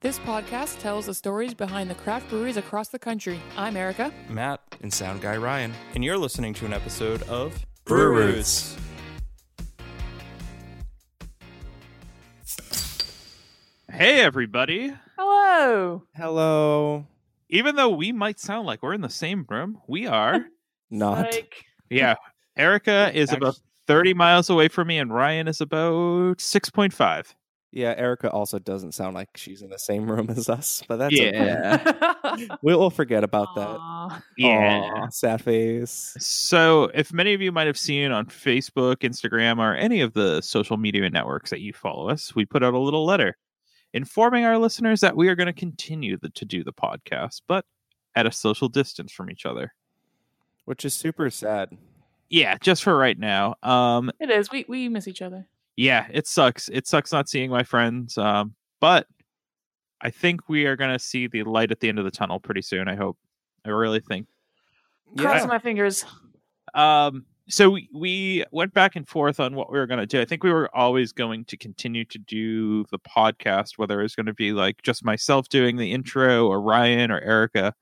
This podcast tells the stories behind the craft breweries across the country. I'm Erica. Matt, and sound guy Ryan. and you're listening to an episode of Brew Brew Roots. Hey, everybody. Hello. Hello. Even though we might sound like we're in the same room, we are. Not. Like, yeah. Erica is Actu- about 30 miles away from me, and Ryan is about 6.5. Yeah, Erica also doesn't sound like she's in the same room as us, but that's okay. Yeah. We'll, we'll forget about that. Aw, sad face. So, if many of you might have seen on Facebook, Instagram, or any of the social media networks that you follow us, we put out a little letter informing our listeners that we are going to continue the, to do the podcast, but at a social distance from each other. Which is super sad. Yeah, just for right now. Um, It is. We we miss each other. yeah, it sucks. It sucks not seeing my friends. Um, but I think we are going to see the light at the end of the tunnel pretty soon. I hope. I really think. Cross Yeah. my fingers. Um, so we, we went back and forth on what we were going to do. I think we were always going to continue to do the podcast, whether it was going to be like just myself doing the intro or Ryan or Erica.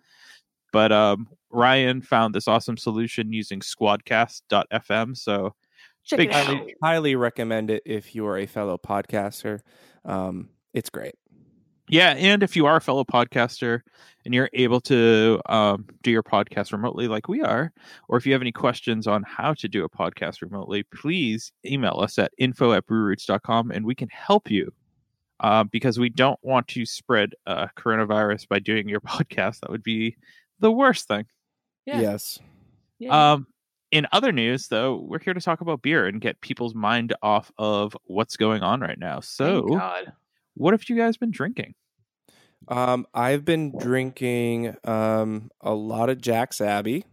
But um, Ryan found this awesome solution using squadcast.fm. So Check Big it time. out. Highly recommend it if you are a fellow podcaster. Um, it's great. Yeah, and if you are a fellow podcaster and you're able to um, do your podcast remotely, like we are, or if you have any questions on how to do a podcast remotely, please email us at info at brewroots.com and we can help you uh, because we don't want to spread uh, coronavirus by doing your podcast. That would be the worst thing. Yeah. Yes. Yeah. Um, in other news, though, we're here to talk about beer and get people's mind off of what's going on right now. Thank So, God. what have you guys been drinking? Um, I've been drinking um, a lot of Jack's Abbey.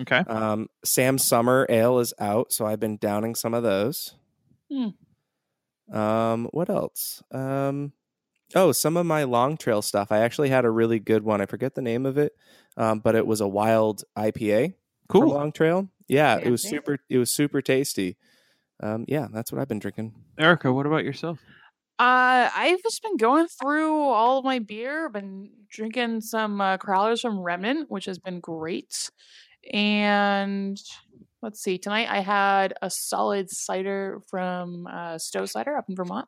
Okay. Um, Sam Summer Ale is out, so I've been downing some of those. Um, what else? Um, oh, some of my long trail stuff. I actually had a really good one. I forget the name of it, um, but it was a wild IPA for Cool. long trail. Yeah, it was Fancy. super. It was super tasty. Um, yeah, that's what I've been drinking. Erica, what about yourself? Uh, I've just been going through all of my beer. Been drinking some uh, Crowlers from Remnant, which has been great. And let's see, tonight I had a solid cider from uh, Stowe Cider up in Vermont.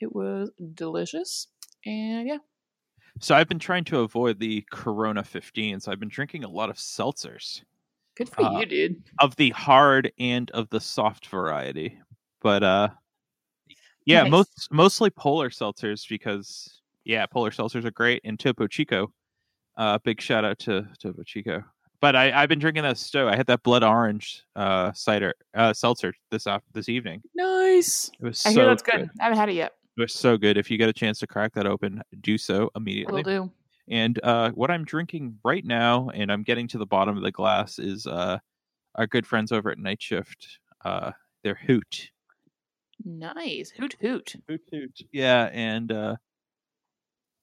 It was delicious. And yeah, So I've been trying to avoid the Corona 15s. I've been drinking a lot of seltzers good for Uh, you, dude. of the hard and of the soft variety. But uh yeah, Nice. most mostly polar seltzers because yeah, polar seltzers are great and Topo Chico. Uh big shout out to Topo Chico. But I, I've been drinking that Stowe. I had that blood orange uh cider uh seltzer this off this evening. Nice. It was I so hear that's good. I haven't had it yet. It was so good. If you get a chance to crack that open, do so I immediately. will do. And uh, what I'm drinking right now, and I'm getting to the bottom of the glass, is uh, our good friends over at Night Shift. Uh, they're Hoot. Nice. Hoot hoot. Hoot Hoot. Yeah, and uh,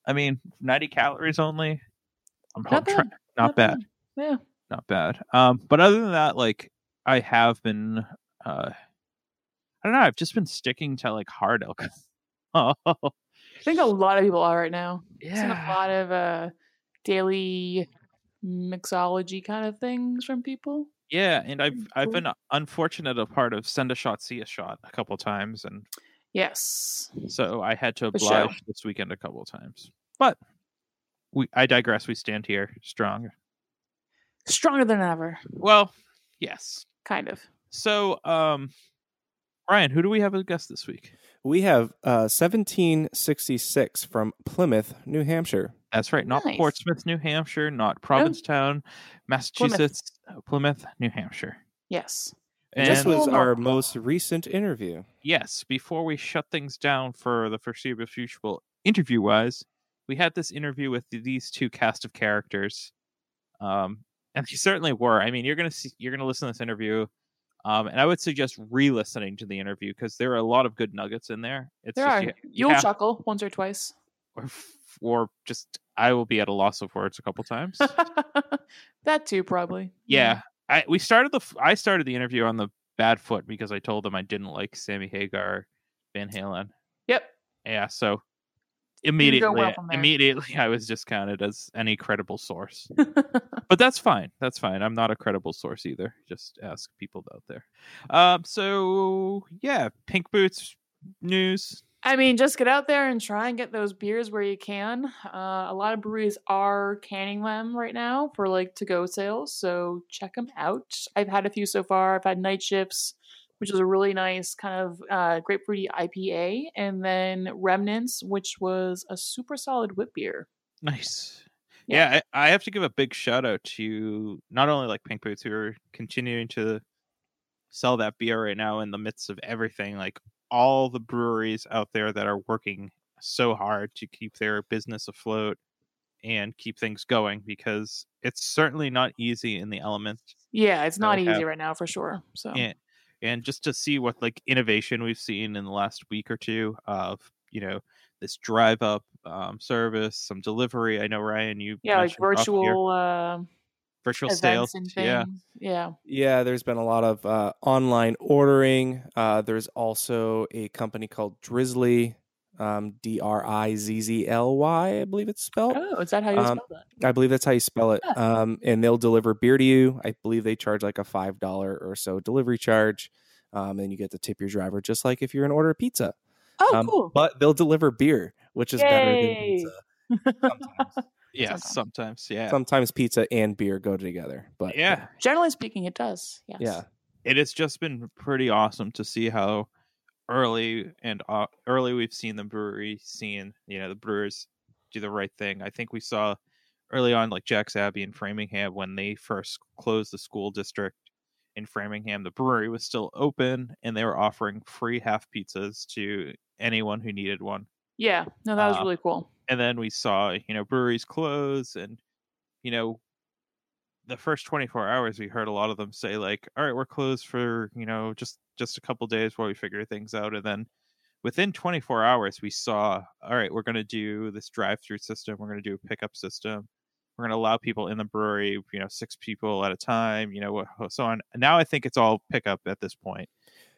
I mean, 90 calories only. I'm Not try- bad. not bad. Yeah. Not bad. Um, but other than that, like I have been, uh, I don't know. I've just been sticking to like hard alcohol. Oh. I think a lot of people are right now. Seen a yeah. lot of uh, daily mixology kind of things from people. Yeah, and I've I've Cool. been unfortunate a part of send a shot, see a shot a couple times, and Yes. So I had to Mm. For sure. oblige this weekend a couple of times. But we I digress. We stand here strong. Stronger than ever, Well, yes. kind of. So um Ryan, who do we have as guest this week? We have uh, 1766 from Plymouth, New Hampshire. That's right, not Nice. Oh. Portsmouth, New Hampshire, not Provincetown, Massachusetts, uh, Plymouth, New Hampshire. Yes. And this was Cool. our most recent interview. yes, before we shut things down for the foreseeable future, well, interview wise, we had this interview with th- these two cast of characters, um, and they certainly were. I mean, you're gonna see, you're gonna listen to this interview, um, and I would suggest re-listening to the interview because there are a lot of good nuggets in there. It's There just, are. You, You will have- chuckle once or twice. or, f- or just I will be at a loss of words a couple times. that too, probably. yeah, I we started the f- I started the interview on the bad foot because I told them I didn't like Sammy Hagar, Van Halen. Yep. Yeah, so immediately well from there. immediately i was discounted as any credible source but that's fine that's fine i'm not a credible source either just ask people out there um so yeah pink boots news I mean, just get out there and try and get those beers where you can. Uh, a lot of breweries are canning them right now for like to go sales, so check them out. I've had a few so far. I've had night shifts, which is a really nice kind of uh, grapefruity IPA, and then remnants, which was a super solid whip beer. nice Yeah. yeah, I, I have to give a big shout out to not only like pink boots who are continuing to sell that beer right now in the midst of everything like all the breweries out there that are working so hard to keep their business afloat and keep things going because it's certainly not easy in the element Yeah, it's not Okay. easy right now for sure. So Yeah. and just to see what like innovation we've seen in the last week or two of you know this drive up um, service some delivery i know ryan you yeah, like mentioned off here, virtual uh, virtual events sales and things. yeah yeah. Yeah, there's been a lot of uh, online ordering. Uh, there's also a company called Drizzly, um, D R I Z Z L Y, I believe it's spelled. Oh, is that how you Um, spell that? I believe that's how you spell it. Huh. Um, and they'll deliver beer to you. I believe they charge like a five dollar or so delivery charge, um, and you get to tip your driver just like if you're an order of pizza. Oh, Um, cool. But they'll deliver beer, which is better than Yay. pizza. Sometimes. yeah Sometimes. sometimes, yeah Sometimes pizza and beer go together, but yeah Generally speaking, it does. Yes. yeah. it has just been pretty awesome to see how early and uh, early we've seen the brewery scene you know the brewers do the right thing i think we saw early on like jack's abbey in framingham when they first closed the school district in framingham the brewery was still open and they were offering free half pizzas to anyone who needed one Yeah. No, that was Uh, really cool. and then we saw you know breweries close and you know the first 24 hours we heard a lot of them say like all right we're closed for you know just just a couple days while we figure things out and then within 24 hours we saw all right we're going to do this drive through system we're going to do a pickup system we're going to allow people in the brewery you know six people at a time you know wha- so on now i think it's all pickup at this point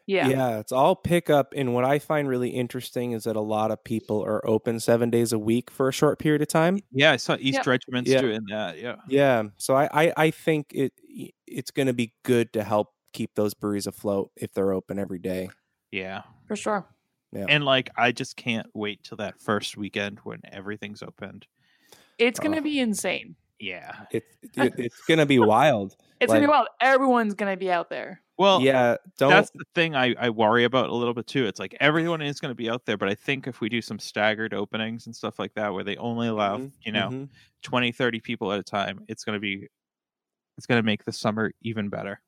Yeah. it's all pickup. And what I find really interesting is that a lot of people are open seven days a weck for a short period of time. yeah i saw east Yep. regiments Yeah. doing that yeah Yeah, so I I, I think it it's going to be good to help keep those breweries afloat if they're open every day. yeah For sure. Yeah. And like, I just can't wait till that first weekend when everything's opened. It's going to Oh. be insane. Yeah. It, it it's going to be wild. It's going to be Like- wild. Everyone's going to be out there. Well, yeah, yeah, don't that's the thing I, I worry about a little bit too. It's like everyone is going to be out there, but I think if we do some staggered openings and stuff like that, where they only allow, Mhm, you know, mhm. twenty, thirty 20, 30 people at a time, it's going to be, it's going to make the summer even better.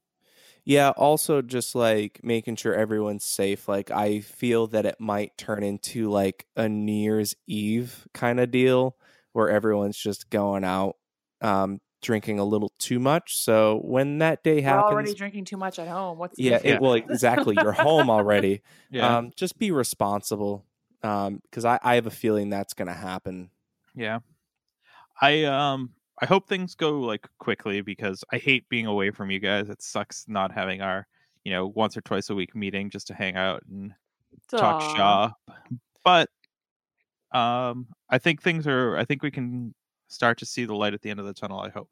Yeah, also just like making sure everyone's safe. Like I feel that it might turn into like a New Year's Eve kind of deal where everyone's just going out um drinking a little too much. So when that day We're already happens, drinking too much at home. What's the yeah, issue? Yeah. it will exactly you're home already. Yeah. Um just be responsible. Um because I, I have a feeling that's gonna happen. yeah. I, um, I hope things go like quickly because I hate being away from you guys. It sucks not having our, you know, once or twice a week meeting just to hang out and talk Aw. shop. But um I think things are I think we can start to see the light at the end of the tunnel, I hope.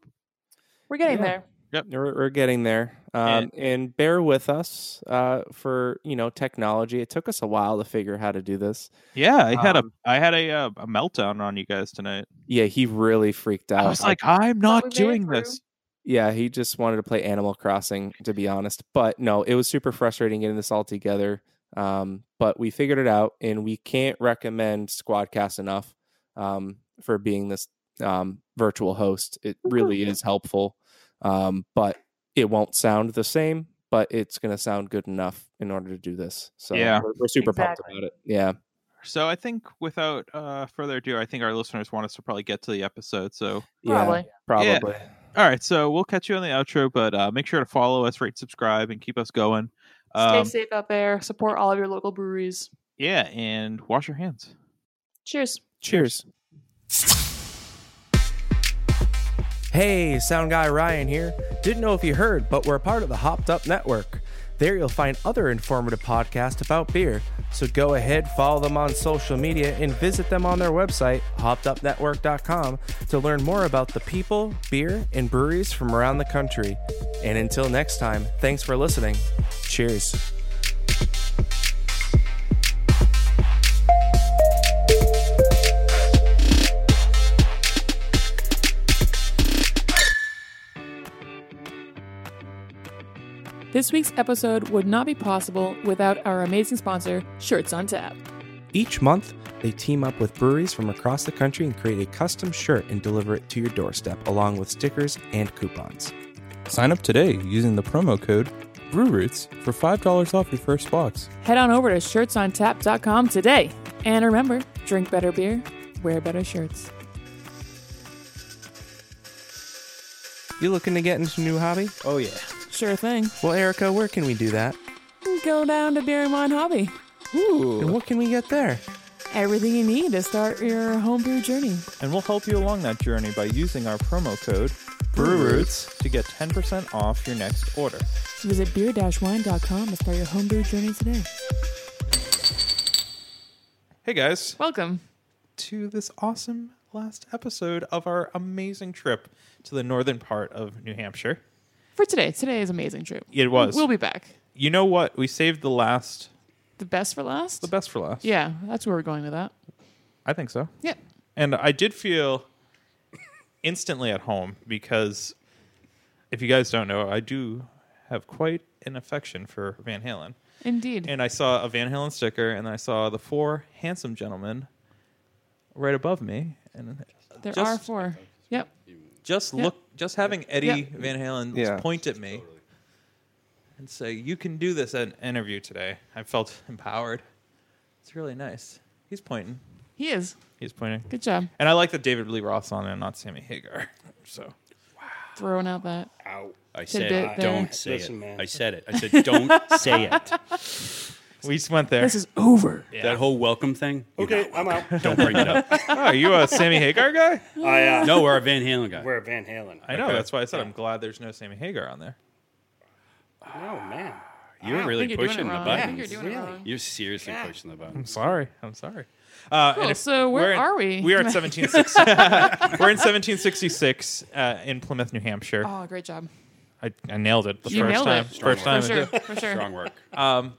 We're getting Yeah. there. We're, we're getting there. Um, And- and, bear with us uh, for, you know, technology. It took us a while to figure how to do this. Yeah, I had a Um, I had a uh, a meltdown on you guys tonight. Yeah, he really freaked Oh, out. I was like, I'm not we made it doing through. this. yeah, he just wanted to play Animal Crossing, to be honest. But no, it was super frustrating getting this all together. Um, but we figured it out, and we can't recommend Squadcast enough um, for being this um, virtual host. It really is helpful, um, but it won't sound the same. But it's going to sound good enough in order to do this. So Yeah. we're, we're super Exactly. pumped about it. Yeah, So I think without uh, further ado, I think our listeners want us to probably get to the episode. So Probably. yeah, probably. all right, so we'll catch you on the outro, but uh, make sure to follow us, rate, subscribe, and keep us going. Um, Stay safe out there. Support all of your local breweries. yeah, and wash your hands. Cheers. Cheers. Hey, Sound Guy Ryan here. Didn't know if you heard, but we're a part of the Hopped Up Network. There you'll find other informative podcasts about beer. So go ahead, follow them on social media, and visit them on their website, hoppedupnetwork.com, to learn more about the people, beer, and breweries from around the country. And until next time, thanks for listening. Cheers. This week's episode would not be possible without our amazing sponsor, Shirts on Tap. Each month, they team up with breweries from across the country and create a custom shirt and deliver it to your doorstep along with stickers and coupons. Sign up today using the promo code BrewRoots for $5 off your first box. Head on over to shirtsontap.com today. And remember, drink better beer, wear better shirts. You looking to get into a new hobby? Oh, yeah. Sure thing. Well, Erica, where can we do that? Go down to Beer and Wine Hobby. And what can we get there? Everything you need to start your homebrew journey. And we'll help you along that journey by using our promo code BrewRoots to get 10% off your next order. Visit beer-wine.com to start your homebrew journey today. Hey guys, Welcome. to this awesome last episode of our amazing trip to the northern part of New Hampshire. For today, today is amazing trip. It was. We'll be back. you know what? We saved the last, The best for last? the best for last. Yeah, that's where we're going with that. I think so. Yeah. And I did feel instantly at home because if you guys don't know, I do have quite an affection for Van Halen. Indeed. And I saw a Van Halen sticker and I saw the four handsome gentlemen right above me. And there just- are four. Yep. just Yeah. look just having eddie Yeah. van halen Yeah. point at me and say you can do this at an interview today i felt empowered it's really nice he's pointing He is. he's pointing Good job. and i like that david lee roth on it and not sammy hagar so Throwing out that. Ow. I Tidbit said it. there. Don't say Listen, it. man. I said it. I said don't say it. we just went there This is over. Yeah. That whole welcome thing. you're Okay, not I'm out. wel- Don't bring it up. oh, are you a sammy hagar guy I, uh, No, we're a Van Halen guy. we're a Van Halen. i know Okay. that's why i said i'm glad there's no sammy hagar on there Oh man, You're I really think you're doing pushing it the wrong. I think you're buttons. doing it Really? wrong. You're seriously pushing the buttons. sorry i'm sorry uh, Cool, and if- so where we're in- are we? We are at 1766. we're in 1766 uh, in Plymouth, New Hampshire. Oh, great job. I, I nailed it the You first nailed time. it. First Strong time. For sure. For sure. Strong work. And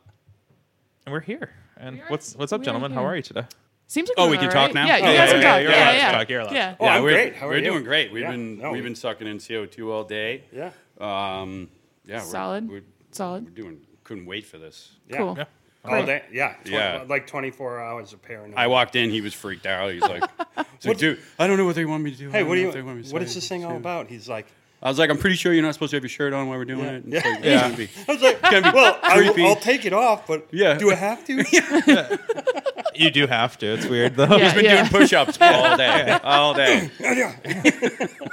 we're here. And We are- what's what's up, we are gentlemen? How here. are you today? Seems like Oh, we're we can all talk right. now? Yeah, you Oh, guys yeah, can yeah, talk. yeah, Yeah, yeah, yeah. talk. You're allowed. Yeah. Oh, I'm we're, great. How are we're you? doing great. We've Yeah, been no. we've been sucking in CO2 all day. yeah, Um, yeah, we're, Solid. We're, Solid. We're doing. Couldn't wait for this. yeah. Cool. Yeah. All day, yeah, tw- Yeah. Like 24 hours of paranoia. I walked in. He was freaked out. He's like, he's like, "Dude, I don't know what they want me to do. I hey, don't what do know they you? want me to What say." is this thing all about? He's like, I was like, "I'm pretty sure you're not supposed to have your shirt on while we're doing it." And it's like, Yeah. it's gonna be- I was like, well, I, creepy. will take it off, but Yeah. do I have to? You do have to. It's weird though. Yeah. He's been doing push-ups all day, all day.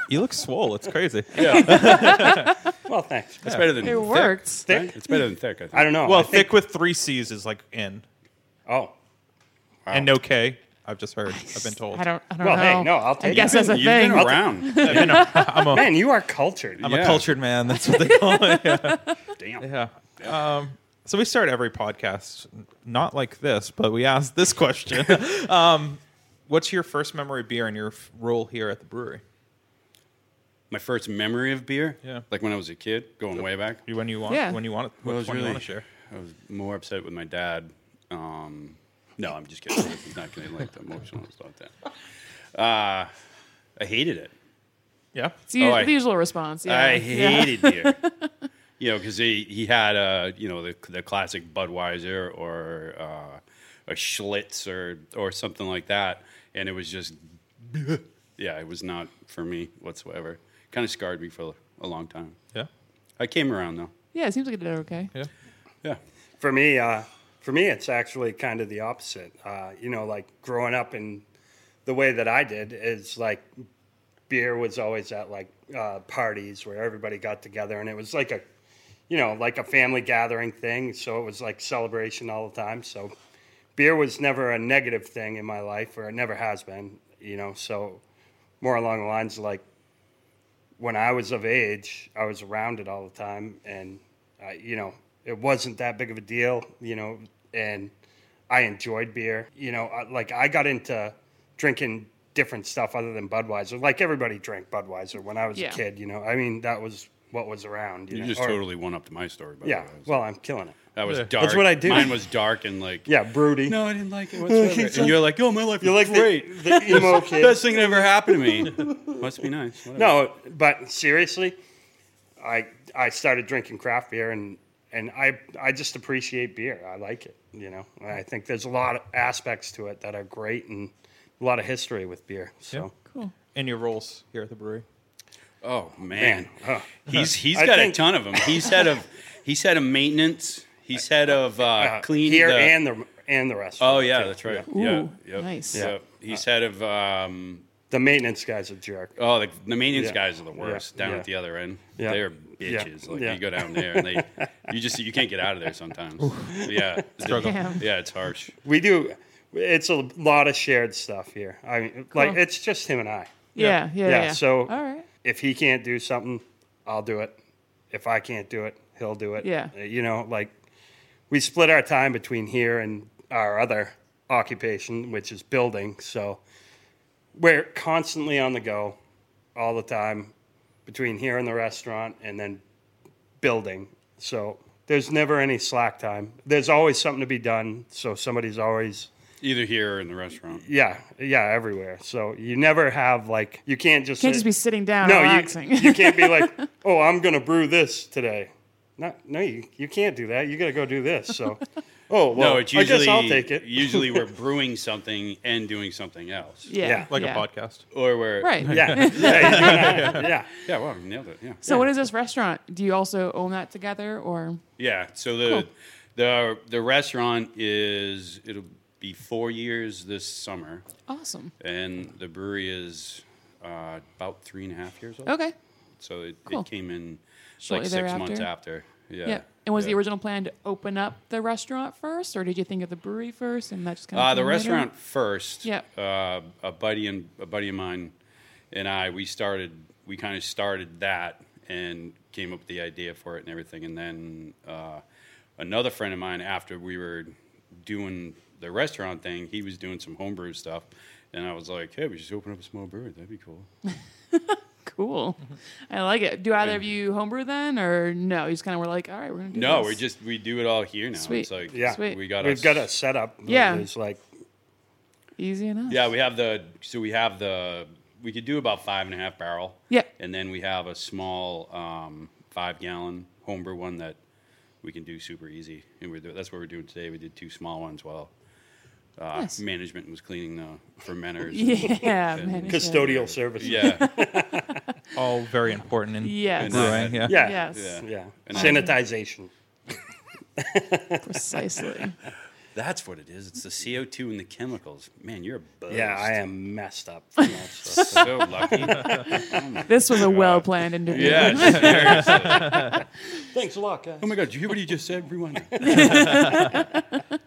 You look swole. It's crazy. Yeah, Well, thanks. it's better than It thick, works. right? It's better than thick. I think. I don't know. Well, I think- thick with three C's is like in Oh, and no K. I've just heard. I've been told. I don't, I don't Well, know. hey, no, I'll I take guess it. that's a You've been thing. around. I'm a, man, you are cultured. I'm a Yeah. cultured man. That's what they call it. Yeah. Damn. yeah. Um, so we start every podcast not like this, but we ask this question: um, What's your first memory of beer and your f- role here at the brewery? My first memory of beer, Yeah. like when I was a kid, going way back. You- When you want, Yeah. when you want, I what was one you really, want to share? I was more upset with my dad. Um, no, I'm just kidding. He's not getting like the emotional about that. Uh, I hated it. Yeah. It's u- Oh, I- the usual response. Yeah. I Yeah. hated beer. you know, because he, he had a you know the the classic Budweiser or uh, a Schlitz or or something like that, and it was just yeah, it was not for me whatsoever. Kind of scarred me for a long time. Yeah. I came around though. Yeah, it seems like it did okay. Yeah. Yeah, For me, uh, for me, it's actually kind of the opposite. Uh, you know, like growing up in the way that I did is like beer was always at like uh, parties where everybody got together, and it was like a, you know, like a family gathering thing. So it was like celebration all the time. So beer was never a negative thing in my life, or it never has been. You know, so more along the lines of like when I was of age, I was around it all the time, and uh, you know, it wasn't that big of a deal, you know, and I enjoyed beer. You know, I, like I got into drinking different stuff other than Budweiser. Like everybody drank Budweiser when I was Yeah. a kid, you know. I mean, that was what was around. You, You know? just or- totally went up to my story. By Yeah. the way. Well, I'm killing it. that was Yeah. dark. what I do. Mine was dark and like. Yeah, broody. No, I didn't like it whatsoever. and you're like, oh, my life You is like great. the, the emo kid. Best thing that ever happened to me. Must be nice. Whatever. No, but seriously, I I started drinking craft beer and and I I just appreciate beer. I like it, you know. And I think there's a lot of aspects to it that are great and a lot of history with beer. So And your roles here at the brewery. Oh man, huh. he's he's I got think- a ton of them. He's head of he's head of maintenance. He's head of uh, uh, clean here the- and the and the restaurant. oh yeah, too. that's right. Yeah. Yeah, Ooh, yep, nice. Yep. He's head of um, The maintenance guy's a jerk. oh the, the maintenance Yeah. guys are the worst down Yeah. at the other end. Yeah. They're Yeah. bitches. Like Yeah. you go down there and they you just you can't get out of there sometimes. yeah, struggle. Damn. Yeah, it's harsh. We do. It's a lot of shared stuff here. I mean, like Cool. it's just him and I. Yeah, yeah, yeah. Yeah, so- all right, if he can't do something, I'll do it. If I can't do it, he'll do it. Yeah. Uh, You know, like we split our time between here and our other occupation, which is building. So we're constantly on the go all the time between here and the restaurant and then building. So there's never any slack time. There's always something to be done. So somebody's always Either here or in the restaurant. yeah, yeah, everywhere. So you never have like you can't just can't sit- just be sitting down no, relaxing. you, you can't be like, oh, I'm gonna brew this today. No, no, you, you can't do that. You gotta go do this. So, oh well, no, it's usually I guess I'll take it. usually we're brewing something and doing something else, yeah, yeah, Like yeah. a podcast. or we're right? yeah, yeah, yeah, yeah, yeah. Yeah, wow, you nailed it. Yeah. So, what is this restaurant? Do you also own that together, or Yeah. So the the the restaurant is it'll be four years this summer, awesome? and the brewery is uh, about three and a half years old. Okay, So it, Oh, cool. it came in Shortly like six months after. Yeah. Yeah. And was Yeah. the original plan to open up the restaurant first, or did you think of the brewery first, and that just kind of Uh, the restaurant first. Yep. Uh, a buddy and a buddy of mine and I, we started. We kind of started that and came up with the idea for it and everything. And then uh, another friend of mine, after we were doing the restaurant thing, he was doing some homebrew stuff, and I was like, "Hey, we should open up a small brewery. That'd be cool." Cool, I like it. Do either of you homebrew then, or no? You just kind of were like, all right, we're gonna do no, this. we just we do it all here now. Sweet. It's like Yeah. Sweet. we got We've our got a setup. Yeah. it's like easy enough. Yeah, we have the so we have the we could do about five and a half barrel. Yeah. and then we have a small um, five gallon homebrew one that we can do super easy, and we're do- that's what we're doing today. We did two small ones while uh, Nice. management was cleaning the fermenters. yeah, man. it's good. custodial services. yeah, All very important in Yes. brewing. Yeah. yeah, Yes, Yeah. yeah. And I- Sanitization. precisely. that's what it is. It's the CO two and the chemicals. Man, you're a buzz. Yeah, I am messed up. from that stuff. so lucky. Oh This was a well planned interview. yeah, seriously. Thanks a lot, guys. Oh my god, did you hear what he just said? Rewind. it.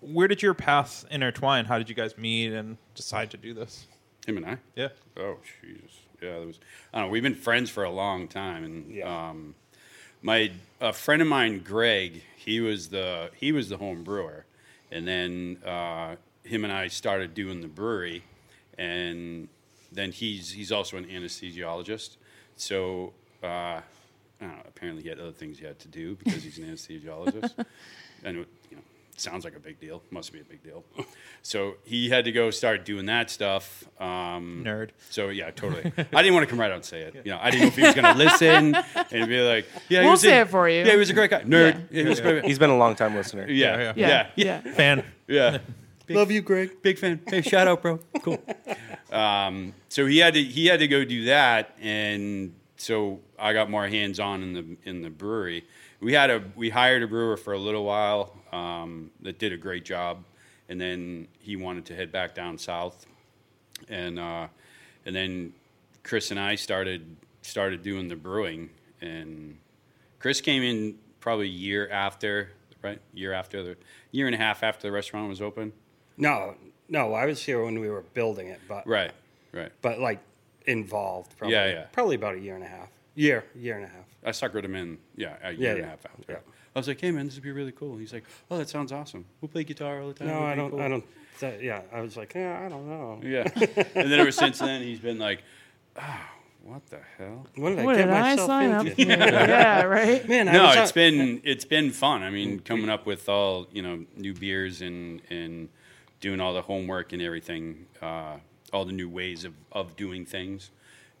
Where did your paths intertwine? How did you guys meet and decide to do this? Him and I. Yeah. Oh Jesus! Yeah, that was. I don't know. We've been friends for a long time, and Yeah. um, my a friend of mine, Greg, he was the he was the home brewer, and then uh, him and I started doing the brewery, and then he's he's also an anesthesiologist, so. Uh, I don't know, apparently he had other things he had to do because he's an anesthesiologist and it, you know, sounds like a big deal. Must be a big deal. So he had to go start doing that stuff. Um, Nerd. So yeah, totally. I didn't want to come right out and say it. You know, I didn't know if he was going to listen and be like, "Yeah, he We'll was say a- it for you. Yeah, he was a great guy. Nerd. Yeah, he was a great- He's been a long time listener. yeah, yeah, Yeah, yeah, yeah, yeah. Fan. Love you, Greg. Big fan. Hey, shout out, bro. Cool. Um, so he had to he had to go do that, and so I got more hands on in the in the brewery. We had a we hired a brewer for a little while um, that did a great job, and then he wanted to head back down south, and uh, and then Chris and I started started doing the brewing, and Chris came in probably a year after, right? Year after the year and a half after the restaurant was open. No, no, I was here when we were building it, but Right, right. but like involved. Probably, Yeah, yeah. Probably about a year and a half. Year, year and a half. I suckered him in. Yeah, a year and yeah. a half after. I was like, hey man, this would be really cool. And he's like, oh, that sounds awesome. We'll play guitar all the time. No, It'd I be don't. cool." I don't. That, yeah, I was like, yeah, I don't know. Yeah. and then ever since then, he's been like, oh, what the hell? What did I What get did I myself sign up into? for? yeah, right. Man, I no, was it's out- been it's been fun. I mean, coming up with all you know new beers and and doing all the homework and everything, uh, all the new ways of of doing things,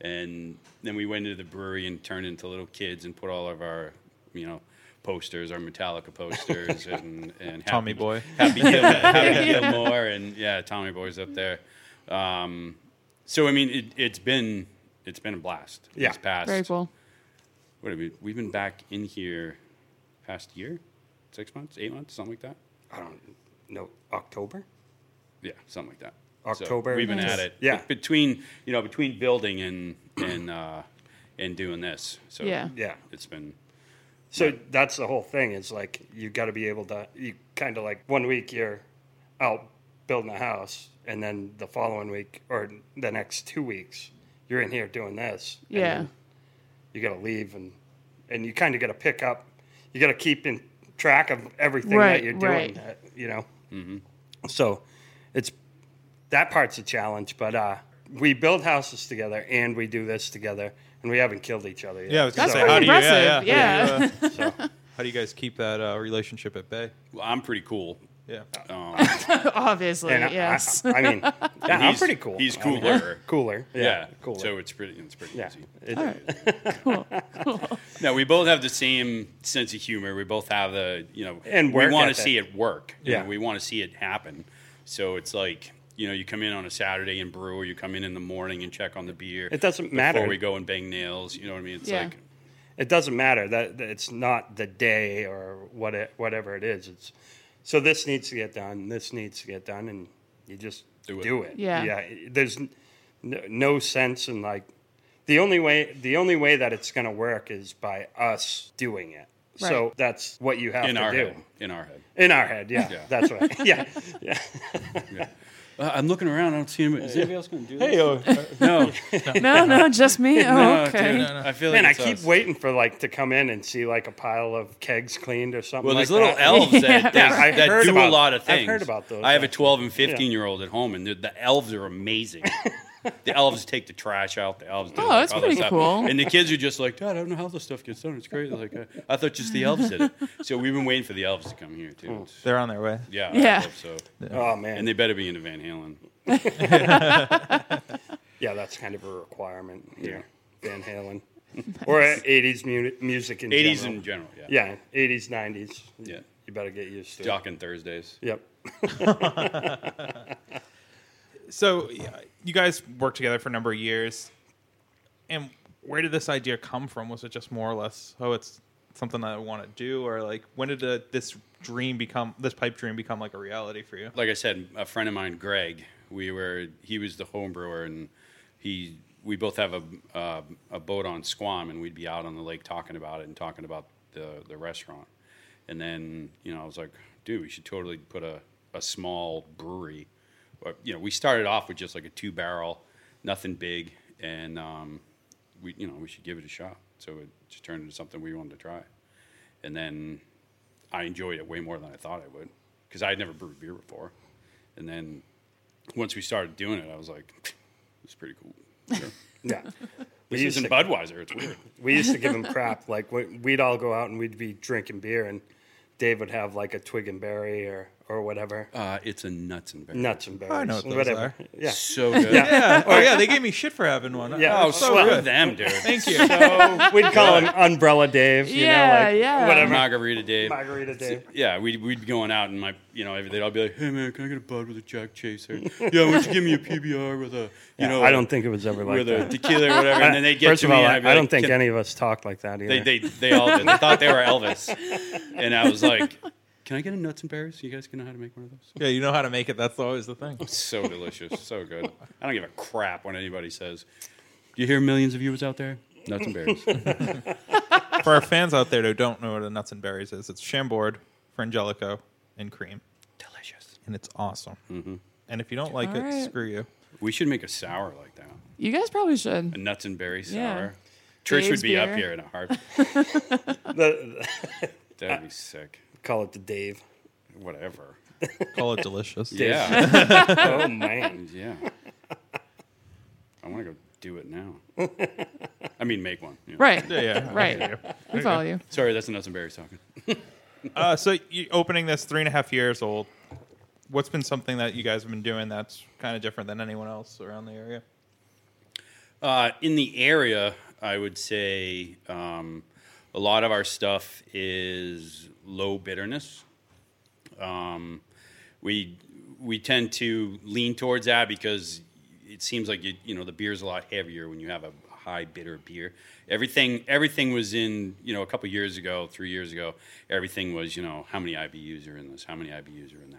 and then we went into the brewery and turned into little kids and put all of our you know posters, our Metallica posters, and and Tommy Happy- Boy. Happy, Gil- Happy Gilmore, and yeah, Tommy Boy's up there. Um, so I mean, it, it's been it's been a blast. Yeah. This past Very cool. what have we, we've been back in here past year, six months, eight months, something like that. I don't know. October. Yeah, something like that. So October. we've been Nice. at it. Yeah. be- Between you know between building and and uh, and doing this. So Yeah. Yeah. it's been So that's the whole thing. Is like you got to be able to. You kind of like one week you're out building a house, and then the following week or the next two weeks you're in here doing this. and Yeah. then You got to leave, and and you kind of got to pick up. You got to keep in track of everything Right, that you're right. doing. uh, You know. Mm-hmm. So it's that part's a challenge, but uh, we build houses together and we do this together, and we haven't killed each other yet. Yeah, I was gonna That's say, pretty how do you, yeah, impressive, yeah, yeah. How, do you, uh, So, how do you guys keep that uh, relationship at bay? well, I'm pretty cool. Yeah, Um, Obviously, and I- yes. I, I, mean, yeah, I'm he's- pretty cool. He's I mean, cooler. cooler. Yeah. yeah, Cooler. So it's pretty. It's pretty yeah. easy. It- No, we both have the same sense of humor. We both have the you know, And we work want to ethic. see it work. you Yeah. know, we want to see it happen. So it's like you know, you come in on a Saturday and brew, or you come in in the morning and check on the beer. It doesn't before matter. we go and bang nails. You know what I mean? It's Yeah. like It doesn't matter that that it's not the day or what it, whatever it is. It's so this needs to get done. This needs to get done, and you just Do do it. it. Yeah. Yeah. There's n- no, no sense in like the only way the only way that it's going to work is by us doing it. So Right. that's what you have in to our do head. In our head. in our head. Yeah, Yeah. that's right. Yeah, yeah. Uh, I'm looking around. I don't see him. Is anybody else going to do this? oh, uh, no, no, just me. Oh, No, dude, okay. I feel like Man, I it's keep us. waiting for like to come in and see like a pile of kegs cleaned or something. Well, like there's little that. elves that, that, Yeah, I that heard do a about- lot of I've things. heard about those, I have a yeah. 12 and 15 year old at home, and the- the elves are amazing. the elves take the trash out. The elves do Oh, like, that's all that pretty stuff. cool. And the kids are just like, Dad, I don't know how this stuff gets done. It's crazy. Like, I, I thought just the elves did it. So we've been waiting for the elves to come here too. Hmm. It's- they're on their way. Yeah, Yeah. I hope so. Oh man, And they better be into Van Halen. yeah, that's kind of a requirement. Yeah. Yeah, Van Halen or '80s mu- music in 80s general. in general. Yeah. yeah, '80s, '90s. Yeah. you better get used to. it. Jockin' Thursdays. Yep. So yeah, you guys worked together for a number of years, and where did this idea come from? Was it just more or less, oh, it's something that I want to do, or like when did uh this dream become, this pipe dream become like a reality for you? like I said, a friend of mine, Greg, we were he was the home brewer and he we both have a uh, a boat on Squam and we'd be out on the lake talking about it and talking about the the restaurant. And then you know I was like, dude, we should totally put a a small brewery. Or, you know, we started off with just like a two barrel, nothing big, and um, we you know we should give it a shot. So it just turned into something we wanted to try. And then I enjoyed it way more than I thought I would because I had never brewed beer before. And then once we started doing it, I was like, "It's pretty cool." Sure. Yeah. this used isn't to- Budweiser. It's weird. We used to give him crap. Like we- we'd all go out and we'd be drinking beer, and Dave would have like a twig and berry or or whatever, Uh, it's a nuts and berries. nuts and berries. I know what those whatever. are. Yeah. So good. Yeah. Oh yeah, they gave me shit for having one. Yeah. Oh, Oh, so so good. them, dude. Thank you. We'd call him Umbrella Dave. You Yeah, know, like yeah. Whatever. Margarita Dave. Margarita Dave. Yeah, we'd, we'd be going out and my, you know, they'd all be like, "Hey man, can I get a bud with a Jack Chaser? Yeah, why don't you give me a PBR with a, you Yeah, know, I don't think it was ever like with a that. tequila or whatever." And then they get First to of me all, and I, I'd be I like, don't think "Can- any of us talk like that either. They, they, they all did. They thought they were Elvis. And I was like, can I get a nuts and berries? You guys gonna know how to make one of those? Yeah, you know how to make it. That's always the thing. So delicious. So good. I don't give a crap when anybody says, do you hear millions of viewers out there? Nuts and berries. For our fans out there who don't know what a nuts and berries is, it's Chambord, Frangelico, and cream, delicious. and it's awesome. And if you don't like All it, right. screw you. We should make a sour like that. You guys probably A should. nuts and berry sour. Yeah. Trish Dave's would be up beer. here in a heartbeat. The- That'd be sick. Call it the Dave. Whatever. Call it delicious. Yeah. Oh man, yeah. I want to go do it now. I mean, make one. yeah. Right. Yeah, yeah. Right. I follow you. Sorry, that's enough Barry's talking. Uh, so you opening this three and a half years old. What's been something that you guys have been doing that's kind of different than anyone else around the area? Uh, in the area, I would say um, a lot of our stuff is low bitterness. Um, we we tend to lean towards that because it seems like you you know the beer's a lot heavier when you have a high bitter beer. Everything everything was in you know a couple years ago, three years ago. Everything was you know how many IBUs are in this, how many IBUs are in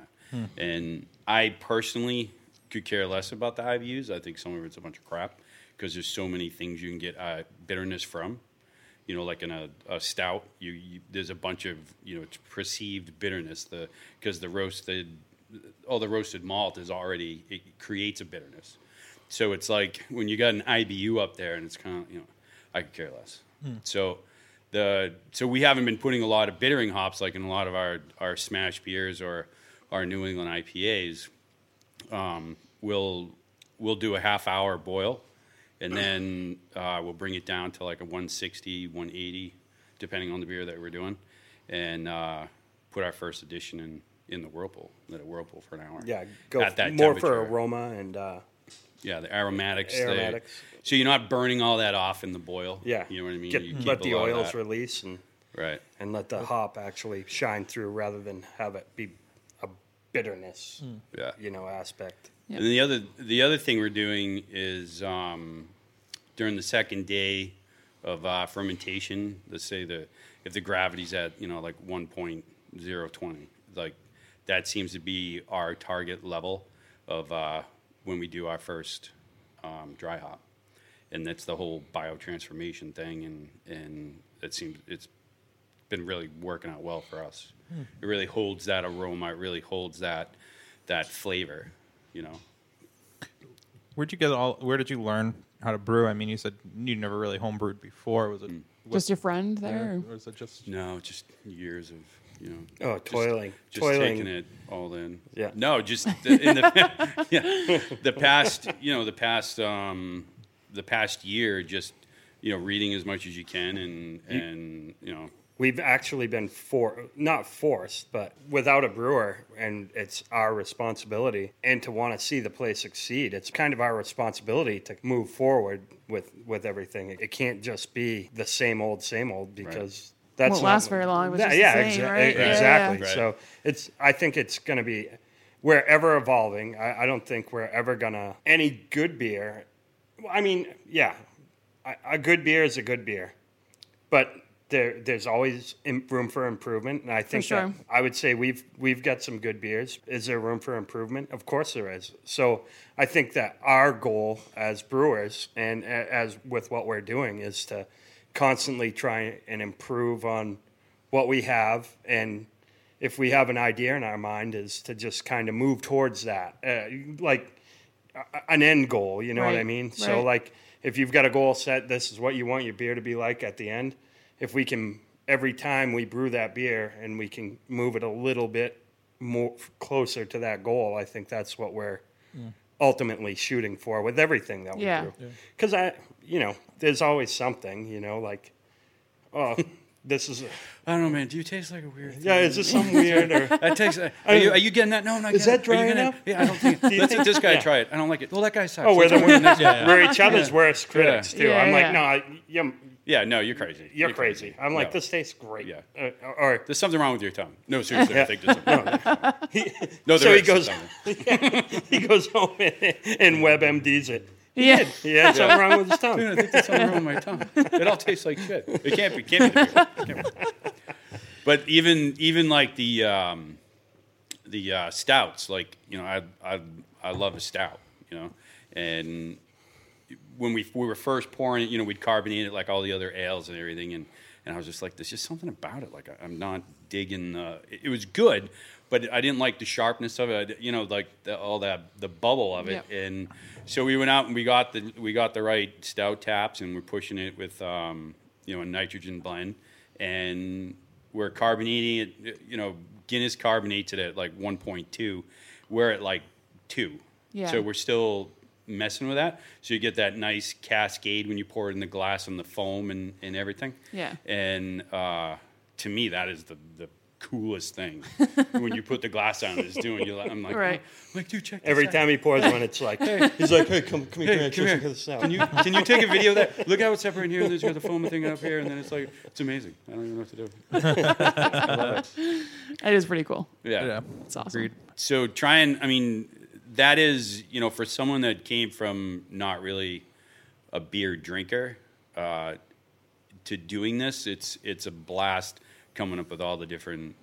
that, and I personally could care less about the IBUs. I think some of it's a bunch of crap because there's so many things you can get uh, bitterness from you know, like in a, a stout, you, you there's a bunch of you know it's perceived bitterness the because the roasted all the roasted malt is already it creates a bitterness. So it's like when you got an IBU up there, and it's kind of you know I could care less. So the so we haven't been putting a lot of bittering hops like in a lot of our our smash beers or our New England IPAs um, we'll we'll do a half hour boil and then uh, we'll bring it down to like a 160 180 depending on the beer that we're doing and uh, put our first edition in in the whirlpool let it whirlpool for an hour yeah. Go At that more for temperature. aroma and uh, yeah the aromatics they- Aromatics. so you're not burning all that off in the boil yeah. you know what i mean Get- You keep let a the lot of oils that. release and right and let the hop actually shine through rather than have it be a bitterness, yeah you know, aspect. Yeah. And the other the other thing we're doing is um, during the second day of uh, fermentation. Let's say the if the gravity's at you know like one point zero twenty, like that seems to be our target level of uh, when we do our first um, dry hop, and that's the whole biotransformation thing, and and it seems it's been really working out well for us. Hmm. It really holds that aroma. It really holds that that flavor. You know, Where'd you get all? Where did you learn how to brew? I mean, you said you never really homebrewed before. Was it Just your friend there. or was it just? no, just years of you know. Oh, just- toiling, Just toiling. taking it all in. Yeah. No, just the, in the yeah, the past. You know, the past um, the past year, just you know, reading as much as you can, and and you know, We've actually been for not forced, but without a brewer, and it's our responsibility. And to want to see the place succeed, it's kind of our responsibility to move forward with with everything. It can't just be the same old, same old because. That's Won't not- last very long, which yeah, is the yeah, same, exa- right? e- Yeah, exactly. yeah. So it's. I think it's going to be, we're ever evolving. I, I don't think we're ever gonna any good beer. well, I mean, yeah, a, a good beer is a good beer, but there there's always im room for improvement. And I think sure. that I would say we've we've got some good beers. Is there room for improvement? Of course there is. So I think that our goal as brewers and a- as with what we're doing is to constantly try and improve on what we have and if we have an idea in our mind is to just kind of move towards that uh, like a- an end goal you know what i Right, mean so right. like if you've got a goal set this is what you want your beer to be like at the end if we can every time we brew that beer and we can move it a little bit more closer to that goal i think that's what we're ultimately shooting for with everything that we Yeah. do because i you know there's always something you know like oh this is I don't know, man. Do you taste like a weird? yeah is this some weird or That takes. Are, you, are you getting that? No, I'm not. Is getting that it. Are you dry getting enough? it? Yeah, I don't think. you Let's let think- this guy yeah. try it. I don't like it. Well, that guy sucks. Oh, we're Let's the try the next guy. we're each other's worst critics too. Yeah, I'm yeah. like, no, I, you're, Yeah, no, you're crazy. you're crazy. I'm like, No. this tastes great. Yeah. Uh, or There's something wrong with your tongue. No, seriously, I think there's something. wrong with your tongue. no, so there he is goes, something. he goes home and, and WebMD's it. Yeah. He had something wrong with his Dude, I tongue. think there's something wrong with my tongue. It all tastes like shit. It can't be. Can't be. The beer. It can't be. But even even like the um, the uh, stouts, like you know, I I I love a stout, you know, and when we we were first pouring it, you know, we'd carbonate it like all the other ales and everything, and and I was just like, there's just something about it. Like I, I'm not digging the. It, it was good, but I didn't like the sharpness of it. I d- You know, like the, all that the bubble of it. Yep. And so we went out and we got the we got the right stout taps, and we're pushing it with um, you know a nitrogen blend, and We're carbonating it, you know, Guinness carbonates it at like 1.2. We're at like two. Yeah. So we're still messing with that. So you get that nice cascade when you pour it in the glass and the foam and, and everything. Yeah. And uh, to me, that is the, the coolest thing when you put the glass down and it's doing. You, I'm like, Right. I'm like, dude, check. This Every out. time he pours one, it's like he's like, "Hey, come, come here, Hey, come here. come here, check this out." Can you can you take a video of that? Look how it's separating here, and there's got the foam thing up here, and then it's like it's amazing. I don't even know what to do. That is pretty cool. yeah. Yeah. It's awesome. Agreed. so try and i mean that is you know for someone that came from not really a beer drinker uh, to doing this it's it's a blast coming up with all the different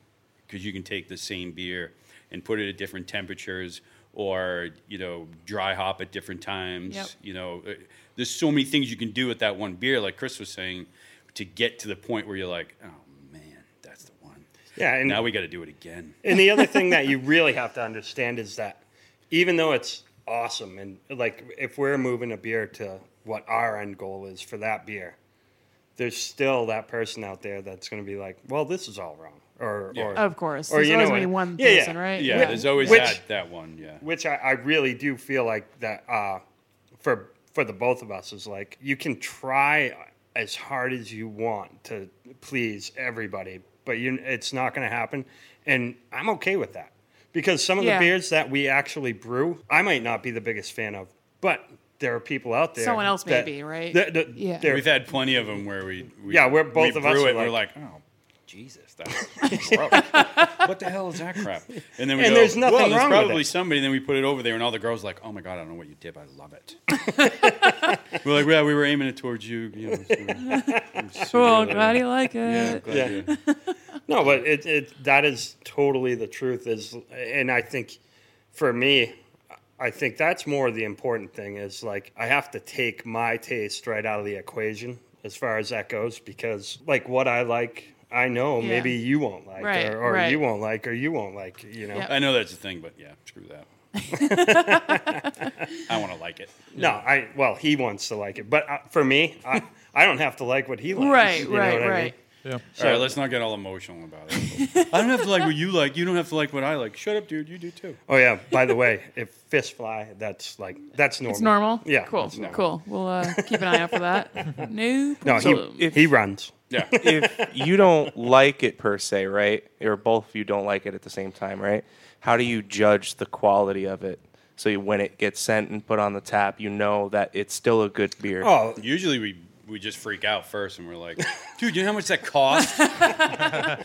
because you can take the same beer and put it at different temperatures or you know dry hop at different times Yep. you know Uh, there's so many things you can do with that one beer like chris was saying to get to the point where you're like oh man that's the one Yeah, and now we got to do it again And the other thing that you really have to understand is that even though it's awesome and like if we're moving a beer to what our end goal is for that beer, there's still that person out there that's going to be like, "Well, this is all wrong," or or Of course. Or, There's you always know going to be what? one Yeah, yeah. person, right? yeah, Yeah. there's always Which- that that one yeah which I, I really do feel like that uh, for for the both of us is like you can try as hard as you want to please everybody, but you it's not going to happen, and I'm okay with that because some of Yeah. the beers that we actually brew, I might not be the biggest fan of, but there are people out there. Someone else may that- be, right? that- that- Yeah. they're- We've had plenty of them where we, we Yeah, we're both we of us brew are it and we're like, oh, Jesus, that's gross. what the hell is that crap? And then we And go, there's nothing well, there's wrong with probably it." somebody. And then we put it over there, and all the girls are like, oh my god, I don't know what you did, but I love it. we're like, yeah, we were aiming it towards you. you know, so- so Cool. good. Glad you like Yeah, it. glad Yeah. you- No, but it, it that is totally the truth. Is and I think for me, I think that's more the important thing. Is like I have to take my taste right out of the equation as far as that goes because like what I like, I know Yeah. maybe you won't like, Right, or, or right. you won't like, or you won't like. You know, Yep. I know that's a thing, but yeah, screw that. I want to like it. no, I well he wants to like it, but uh, for me, I, I don't have to like what he likes. Right, you know right, what I mean? right. All right, let's not get all emotional about it. I don't have to like what you like. You don't have to like what I like. Shut up, dude. You do too. Oh yeah. By the way, if fists fly, that's like that's normal. It's normal. Yeah, Cool. it's normal. Cool. We'll uh, keep an eye out for that. No No, problem. he, he runs. Yeah. if you don't like it per se, right? Or both of you don't like it at the same time, right? How do you judge the quality of it? So you, when it gets sent and put on the tap, you know that it's still a good beer. Oh, Usually we we just freak out first and we're like, dude, you know how much that cost? God.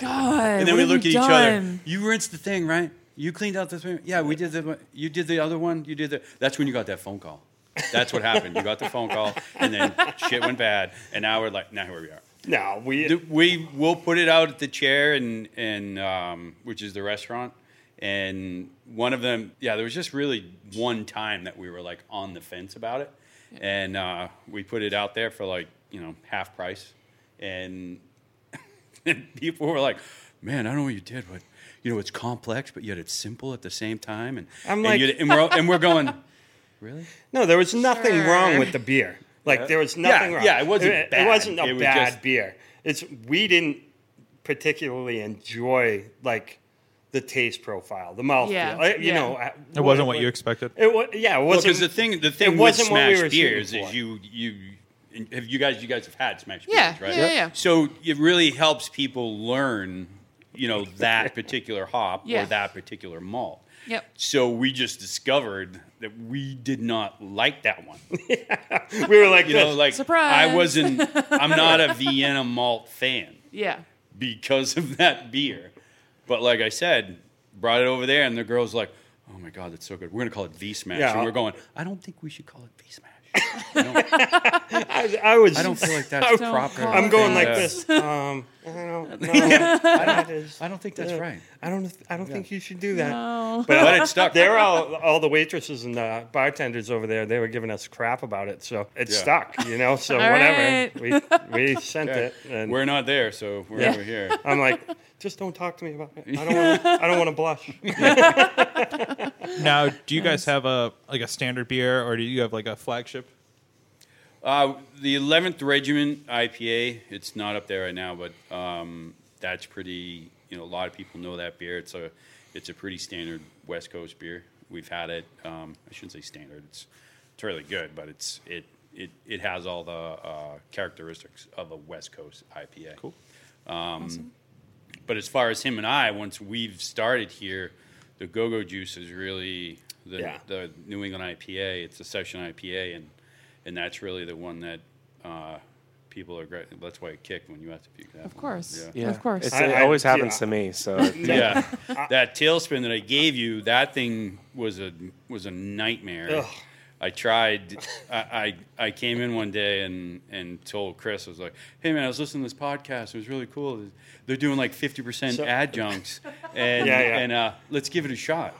And then we look at each other. done? You rinsed the thing, right? You cleaned out this one. Yeah, we did the one- you did the other one. You did the That's when you got that phone call. That's what happened. You got the phone call and then shit went bad and now we're like, now here we are. no, we Th- We will put it out at the chair and and um, which is the restaurant. And one of them, yeah, there was just really one time that we were like on the fence about it, and uh, we put it out there for like you know half price, and people were like, "Man, I don't know what you did, but you know it's complex, but yet it's simple at the same time." And I'm and like- you- and we're all- and we're going, really? No, there was nothing wrong Sure. with the beer. Like there was nothing Yeah, wrong. yeah, it wasn't It, bad. wasn't a It was bad just- beer. It's we didn't particularly enjoy like the taste profile, the mouthfeel. Yeah, I- you yeah. know, I- It wasn't what you expected. It was, yeah, it wasn't. because the thing the thing wasn't with what we smash were shooting beers for. is you you have you guys you guys have had smash Yeah, beers right yeah, yeah, yeah. so it really helps people learn you know that particular hop Yeah. or that particular malt Yep. so we just discovered that we did not like that one we were like, you know this. like Surprise. i wasn't i'm not a vienna malt fan Yeah. because of that beer. But like I said, brought it over there, and the girl's like, "Oh my god, that's so good. We're gonna call it V Smash." Yeah, and I'll- we're going, "I don't think we should call it V Smash. I don't, I, I was. I don't feel like that's Don't proper." call Oh, I'm it going like Yeah. this. Um, I don't know. That is- I don't think that's right. I don't. I don't think you should do that. Oh. But, But it stuck. They're all all the waitresses and the bartenders over there. They were giving us crap about it, so it Yeah. stuck. You know, so All whatever. We we sent it, and We're not there, so we're Yeah. over here. I'm like, just don't talk to me about it. I don't want. I don't want to blush. Now, do you guys have a like a standard beer, or do you have like a flagship? Uh, the 11th Regiment IPA. It's not up there right now, but um, that's pretty. You know, a lot of people know that beer. It's a, it's a pretty standard West Coast beer. We've had it. Um, I shouldn't say standard. It's, it's really good, but it's it it it has all the uh, characteristics of a West Coast IPA. Cool. Um, But as far as him and I, once we've started here, the Go Go Juice is really the Yeah. the New England IPA. It's a session IPA, and and that's really the one that uh, people are great. That's why it kicked when you have to puke that. Of course. Yeah. Of course. It's, I- it I- always happens yeah. to me. So Yeah, that tailspin that I gave you, that thing was a was a nightmare. Ugh. I tried. I, I I came in one day and and told Chris I was like, "Hey man, I was listening to this podcast. It was really cool. They're doing like fifty percent So- adjuncts, and Yeah, yeah. and uh, let's give it a shot."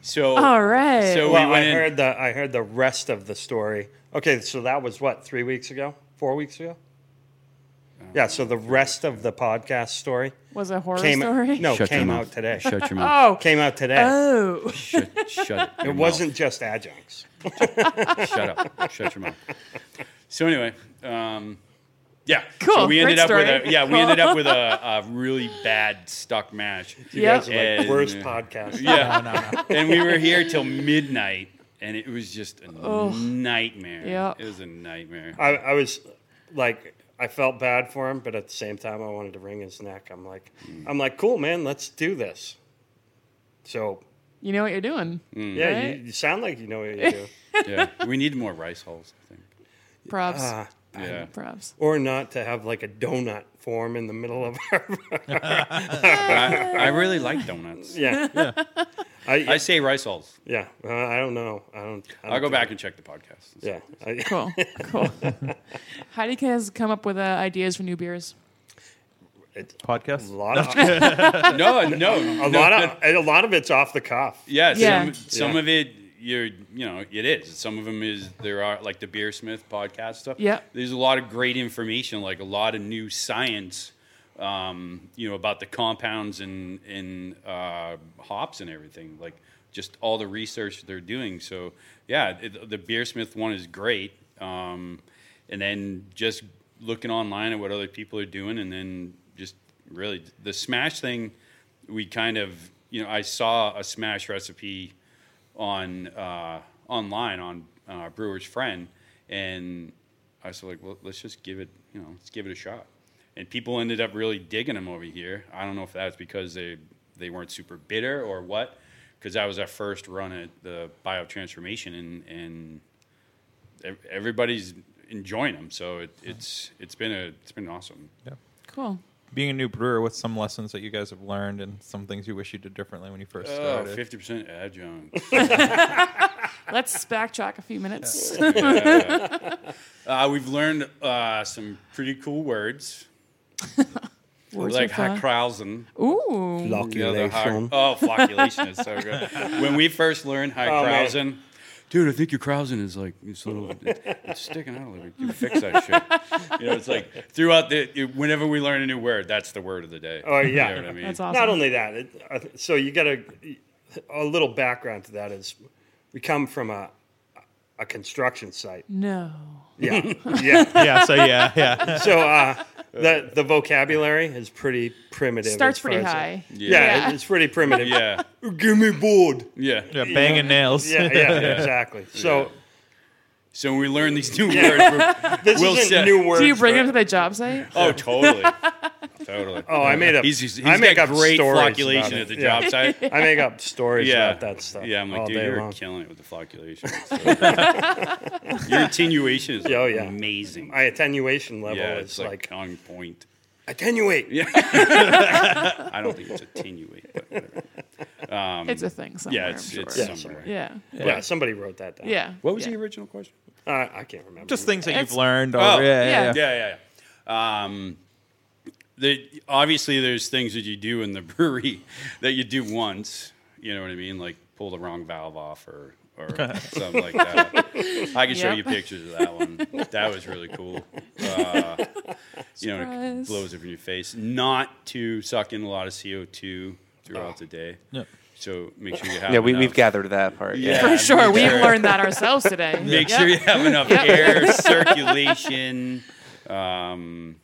So All right. So well, we went I in. heard the I heard the rest of the story. Okay, so that was what three weeks ago, four weeks ago. Uh, Yeah, so the rest of the podcast story was a horror came story. no Shut your came mouth. out today. Shut your mouth. Oh. Came out today. Oh. shut, shut your it mouth. wasn't just adjuncts. shut up. Shut your mouth. So anyway, um, yeah. So Cool. we Great ended up with a story. yeah, we ended up with a, a really bad stuck mash. You guys Yep. are like And- worst podcast. Yeah. and we were here till midnight and it was just a nightmare. Yep. It was a nightmare. I, I was like, I felt bad for him, but at the same time, I wanted to wring his neck. I'm like, I'm like, cool, man, let's do this. So You know what you're doing. yeah, Right? you, you sound like you know what you do, Yeah. We need more rice hulls, I think. Props. uh, Yeah. Props. or not to have like a donut form in the middle of our I, I really like donuts. yeah. I I, say rice hulls. yeah, uh, I don't know. I don't. I I'll go don't think- back and check the podcast. Yeah, I, Cool. Cool. How do you guys come up with uh, ideas for new beers? it's a Podcast. lot of No, no. a lot of a lot of it's off the cuff. Yeah, Yeah. some some Yeah. of it you're you know it is. Some of them is there are like the Beersmith podcast stuff. Yeah. there's a lot of great information, like a lot of new science, um, you know, about the compounds and and uh, hops and everything, like just all the research they're doing. So yeah, it, the Beersmith one is great, um, and then just looking online at what other people are doing, and then just really the smash thing we kind of you know I saw a smash recipe on uh, online on uh, Brewer's Friend, and I was like, well, let's just give it you know let's give it a shot, and people ended up really digging them over here. I don't know if that's because they they weren't super bitter or what, because that was our first run at the bio transformation and and ev- everybody's enjoying them so it, it's it's been a it's been awesome Cool. Being a new brewer, what's some lessons that you guys have learned and some things you wish you did differently when you first oh started? 50% adjunct Let's backtrack a few minutes. Uh, we've learned uh, some pretty cool words, Words like with, uh, hykrausen. Ooh. You know, the hy- oh, flocculation is so good. When we first learned Oh, man. hykrausen, dude, I think your krausen is like it's, a little, it's sticking out a little bit. You fix that shit. You know, it's like throughout the whenever we learn a new word, that's the word of the day. Oh, yeah. you know what I mean. That's awesome. Not only that, it, I th- so you got a a little background to that is we come from a a construction site. No. Yeah, yeah. yeah, so yeah, yeah. So uh, the the vocabulary is pretty primitive. Starts as far pretty as- high. Yeah, Yeah. it's pretty primitive. Yeah, Give me board. yeah, yeah banging nails. Yeah, yeah, exactly. So So when we learn these new words, we're, this Will isn't said- new words. Do you bring for- him to the job site? oh, totally, totally. Oh, I made up. He's, he's, he's I make got up great stories about flocculation it. at the Yeah. job site. I make up stories yeah. about that stuff. Yeah, I'm like, all dude, day you're long. killing it with the flocculation. So- Your attenuation is like, Oh, yeah. amazing. My attenuation level yeah, is it's like, like, on point. attenuate. I don't think it's attenuate, but whatever. it's a thing somewhere. Um, yeah, I'm it's, sure. it's Yeah. somewhere. yeah. Yeah. somebody wrote that down. Yeah. What was yeah. the original question? Uh, I can't remember. Just things that It's- you've learned. Over, Oh, yeah, yeah. yeah, yeah. Yeah, yeah, yeah. Um, the, obviously, there's things that you do in the brewery that you do once. You know what I mean? Like pull the wrong valve off or or something like that. I can show Yep. you pictures of that one. That was really cool. Uh, you know, and Surprise. it Oh. blows up in your face. Not to suck in a lot of CO2 throughout the day. Yeah. So make sure you have. yeah, we, we've enough- gathered that part. Yeah. Yeah, For sure. make We've sure- learned that ourselves today. Make Yep. sure you have enough Yep. air circulation. Um,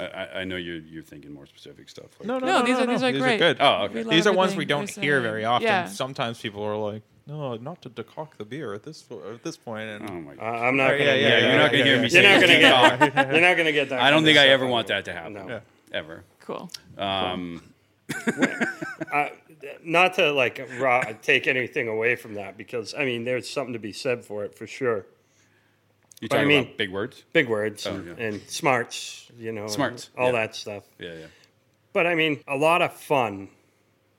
I- I, I know you're you're thinking more specific stuff. Like No, no, No, no, these are- these are great. good. Oh, We okay. love these are ones we everything you're don't hear saying. very often. Yeah. Sometimes people are like, "No, not to decoct the beer at this at this point." And Oh my Uh, god. I'm not Yeah, gonna. yeah, Yeah, yeah, you're not gonna yeah, yeah. hear me You're say not gonna "Decock." get. You're not gonna get that. I don't kind of think I stuff ever on want here. that to happen. No. Ever. Cool. Um, Not to like raw, take anything away from that because I mean there's something to be said for it for sure. you But I talking mean- about big words? Big words and, Oh, yeah. and smarts, you know, and Smarts, all yeah. that stuff. Yeah, yeah. But I mean, a lot of fun.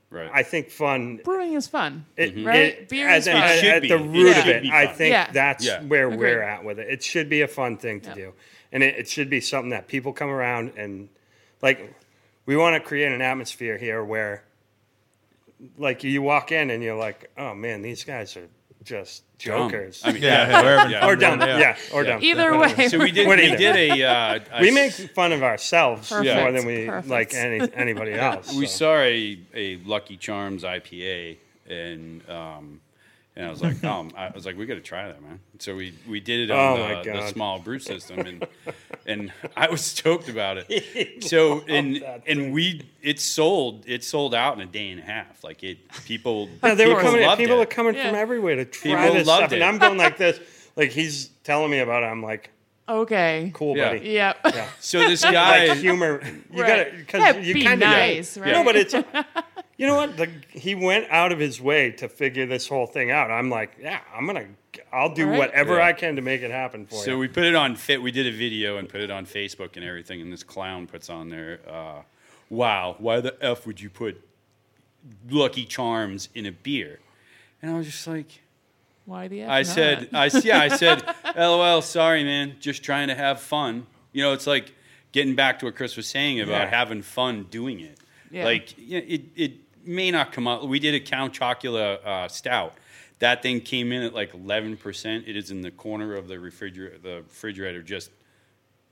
Right. I think fun Brewing is fun. It- Right? it- Beer as is in- fun. Mm-hmm. It at, should at be. the It root of should it, be I fun. think Yeah. that's Yeah. where we're Agreed. at with it. It should be a fun thing to Yeah. do, and it, it should be something that people come around and like. We want to create an atmosphere here where, like, you walk in and you're like, "Oh man, these guys are just Dumb. jokers," I mean, Yeah, yeah, wherever- yeah. or dumb, yeah, or dumb. Either way. So we did. What we either? did a. Uh, a we make fun of ourselves Perfect, more than we perfect. like any, anybody else. We so. saw a, a Lucky Charms IPA, and um, and I was like, um, I was like, we got to try that, man. So we we did it on Oh, my the, the God. small brew system, and and I was stoked about it. So and that and we it sold it sold out in a day and a half. Like it, people Yeah, they were people coming. loved People it. are coming from Yeah. everywhere to try People this loved stuff, and it. I'm going like this. Like he's telling me about it. I'm like, Okay. cool, Yeah. buddy. Yep. Yeah. So this guy, Like humor. You Right. gotta because Yeah, you be kind of nice, right? No, but it's. You know what? The, he went out of his way to figure this whole thing out. I'm like, yeah, I'm gonna. I'll do All right. whatever Yeah. I can to make it happen for So you. we put it on fit. We did a video and put it on Facebook and everything. And this clown puts on there, uh, "Wow, why the f would you put Lucky Charms in a beer?" And I was just like, Why the F I not? said, uh, "I yeah, I said, lol, sorry, man, just trying to have fun." You know, it's like getting back to what Chris was saying about Yeah. having fun doing it. Yeah. Like you know, it, it may not come out. We did a Count Chocula uh, stout. That thing came in at like eleven percent. It is in the corner of the refrigerator, the refrigerator, just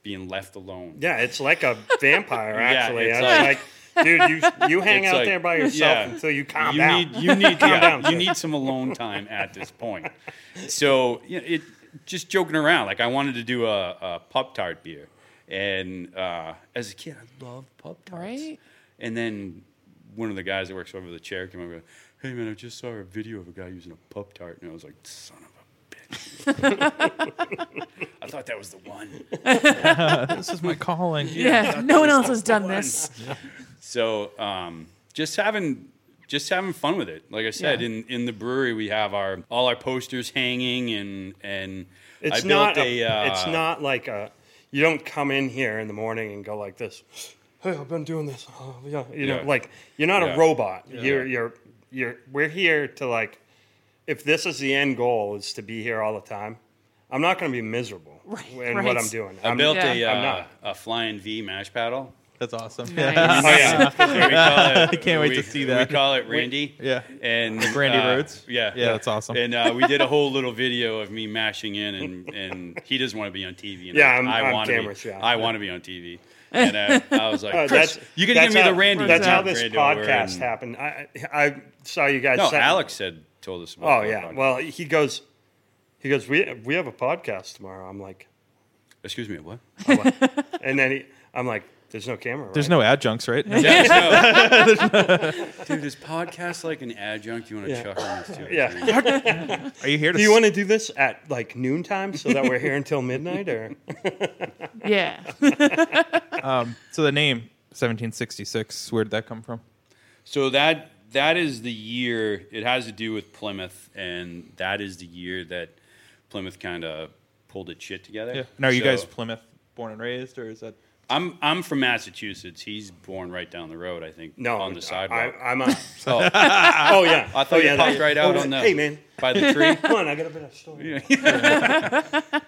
being left alone. yeah, it's like a vampire. Yeah, Actually, it's I like- was like, dude, you you hang It's out like- there by yourself yeah. until you calm you down. need you need Calm yeah, down, you sir. need some alone time at this point. So you know, it just joking around. Like I wanted to do a, a pop tart beer, and uh, as a kid I loved pop tarts. Right? And then one of the guys that works over the chair came over. Hey man, I just saw a video of a guy using a pop tart, and I was like, son of a bitch. I thought that was the one. this is my calling. Yeah. no one else has done this. So um, just having just having fun with it. Like I said, Yeah. in, in the brewery we have our all our posters hanging and and I It's built not a, uh, it's not like a. You don't come in here in the morning and go like this. Hey, I've been doing this. Oh, yeah, you Yeah. know, like you're not Yeah. a robot. You're Yeah. you're you're. We're here to like. If this is the end goal, is to be here all the time. I'm not going to be miserable Right, in right. what I'm doing. I I'm, built a yeah. I'm uh, not. a flying V mash paddle. That's awesome. Nice. Oh yeah, We call it- I can't wait we- to see that. We call it Randy. Yeah. and Randy uh, Rhodes? Yeah, Yeah, that's awesome. And uh, we did a whole little video of me mashing in, and and he doesn't want to be on TV. And Yeah, I, I'm- I I'm want camera to be. shy. I want to be on TV. And I, I was like, Uh, Chris, you can give that's me the how- Randy. That's how job, this Randy, where- podcast and- happened. I I I saw you guys. No, sent- Alex said told us about. Oh the yeah. podcast. Well, he goes. He goes. We we have a podcast tomorrow. I'm like. excuse me, what? And then he, I'm like, there's no camera. Right? There's no adjuncts, right? No. Yeah, no. Dude, this podcast like an adjunct. You want to Yeah. chuck on this too? Yeah. Are you here to? Do you want to do this at like noontime so that we're here until midnight? Or Yeah. so the name 1766. Where did that come from? So that that is the year. It has to do with Plymouth, and that is the year that Plymouth kind of pulled its shit together. Yeah. Now, are you So- guys Plymouth born and raised, or is that? I'm I'm from Massachusetts. He's born right down the road. I think. no, on the sidewalk. I, I'm a, oh, oh yeah. I thought oh, yeah, you popped that- right out oh, on the Hey man, by the tree. come on, I got a bit of story.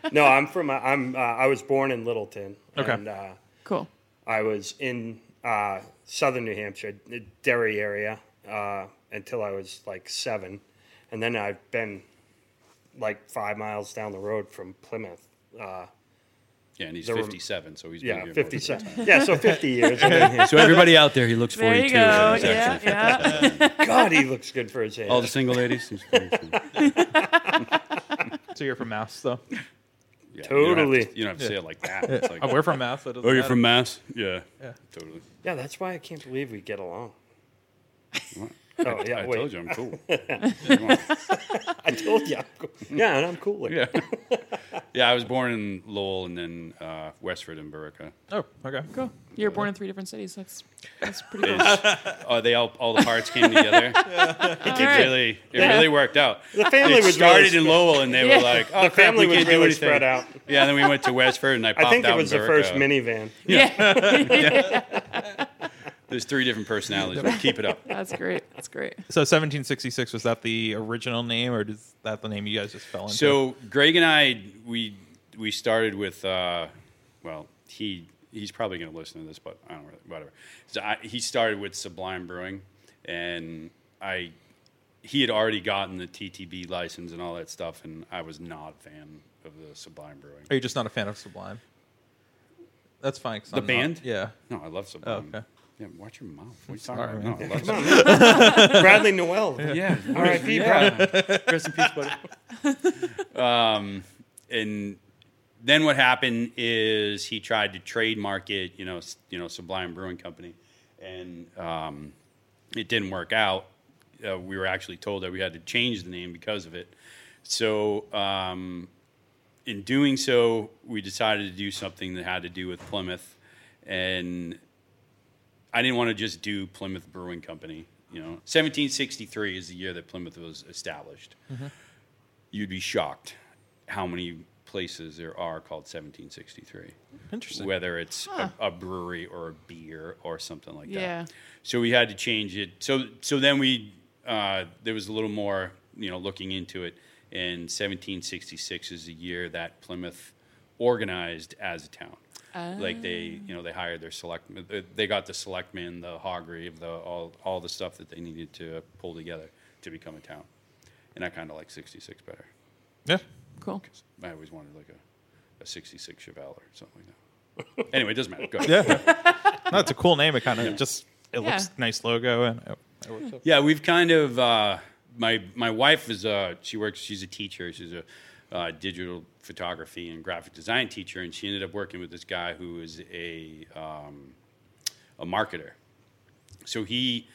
no, I'm from. uh, I'm. Uh, I was born in Littleton. Okay. And, uh, Cool. I was in uh, southern New Hampshire, the Derry area, uh, until I was like seven, and then I've been like five miles down the road from Plymouth uh, Yeah, and he's The rem- 57, so he's been Yeah, here more than- 57. Yeah, so 50 years. I mean, he's- So everybody out there, he looks There 42. you and go. he's Yeah, actually yeah. God, he looks good for his age. All the single ladies. he's 42. Yeah, So you're from Mass, though. you don't have Totally. to- You don't have to say it like that. It's like, Oh, we're from Mass. That doesn't oh, you're matter. from Mass? Yeah. Totally. Yeah, that's why I can't believe we get along. What? Oh, yeah, I wait. told you I'm cool. Come on. I told you. I'm cool. Yeah, and I'm cooler. Yeah. yeah, I was born in Lowell and then uh, Westford and Burica. Oh, okay, cool. You're born in three different cities. That's that's pretty cool. Oh, they all all the parts came together. It right. really it really worked out. The family It was started really in Lowell and they Yeah. were like, "Oh, The crap, family we was can't do really anything." spread out. Yeah, and then we went to Westford and I popped I think it out was in the first Burica. minivan. Yeah. There's three different personalities. but keep it up. That's great. That's great. So 1766 was that the original name, or is that the name you guys just fell into? So Greg and I, we we started with, uh, well, he he's probably going to listen to this, but I don't really, whatever. So I, he started with Sublime Brewing, and I he had already gotten the TTB license and all that stuff, and I was not a fan of the Sublime Brewing. are you just not a fan of Sublime? That's fine. 'cause The I'm not- band? yeah. No, I love Sublime. Oh, okay. Yeah, watch your mouth. What are you talking about? No, I love Sublime. Bradley Noel. Yeah. R.I.P., Brian. Rest in peace, buddy. um, and then what happened is he tried to trademark it, you know, s- you know, Sublime Brewing Company, and um, it didn't work out. Uh, we were actually told that we had to change the name because of it. So um, in doing so, we decided to do something that had to do with Plymouth, and I didn't want to just do Plymouth Brewing Company. You know, 1763 is the year that Plymouth was established. You'd be shocked how many places there are called 1763, Interesting. whether it's a, a brewery or a beer or something like Yeah. that. So we had to change it. So so then we uh, there was a little more you know looking into it. And 1766 is the year that Plymouth organized as a town. Like they you know they hired their select they got the selectmen, the hoggery, the all all the stuff that they needed to pull together to become a town. And I kind of like 66 better. Yeah. Cool. I always wanted like a, a 66 Chevelle or something like that. anyway, it doesn't matter. Go ahead. No, it's a cool name. It kind of just it Yeah. looks nice logo and it, it works. Yeah, we've kind of uh, my my wife is uh she works she's a teacher she's a uh, digital photography and graphic design teacher and she ended up working with this guy who is a um, a marketer. So he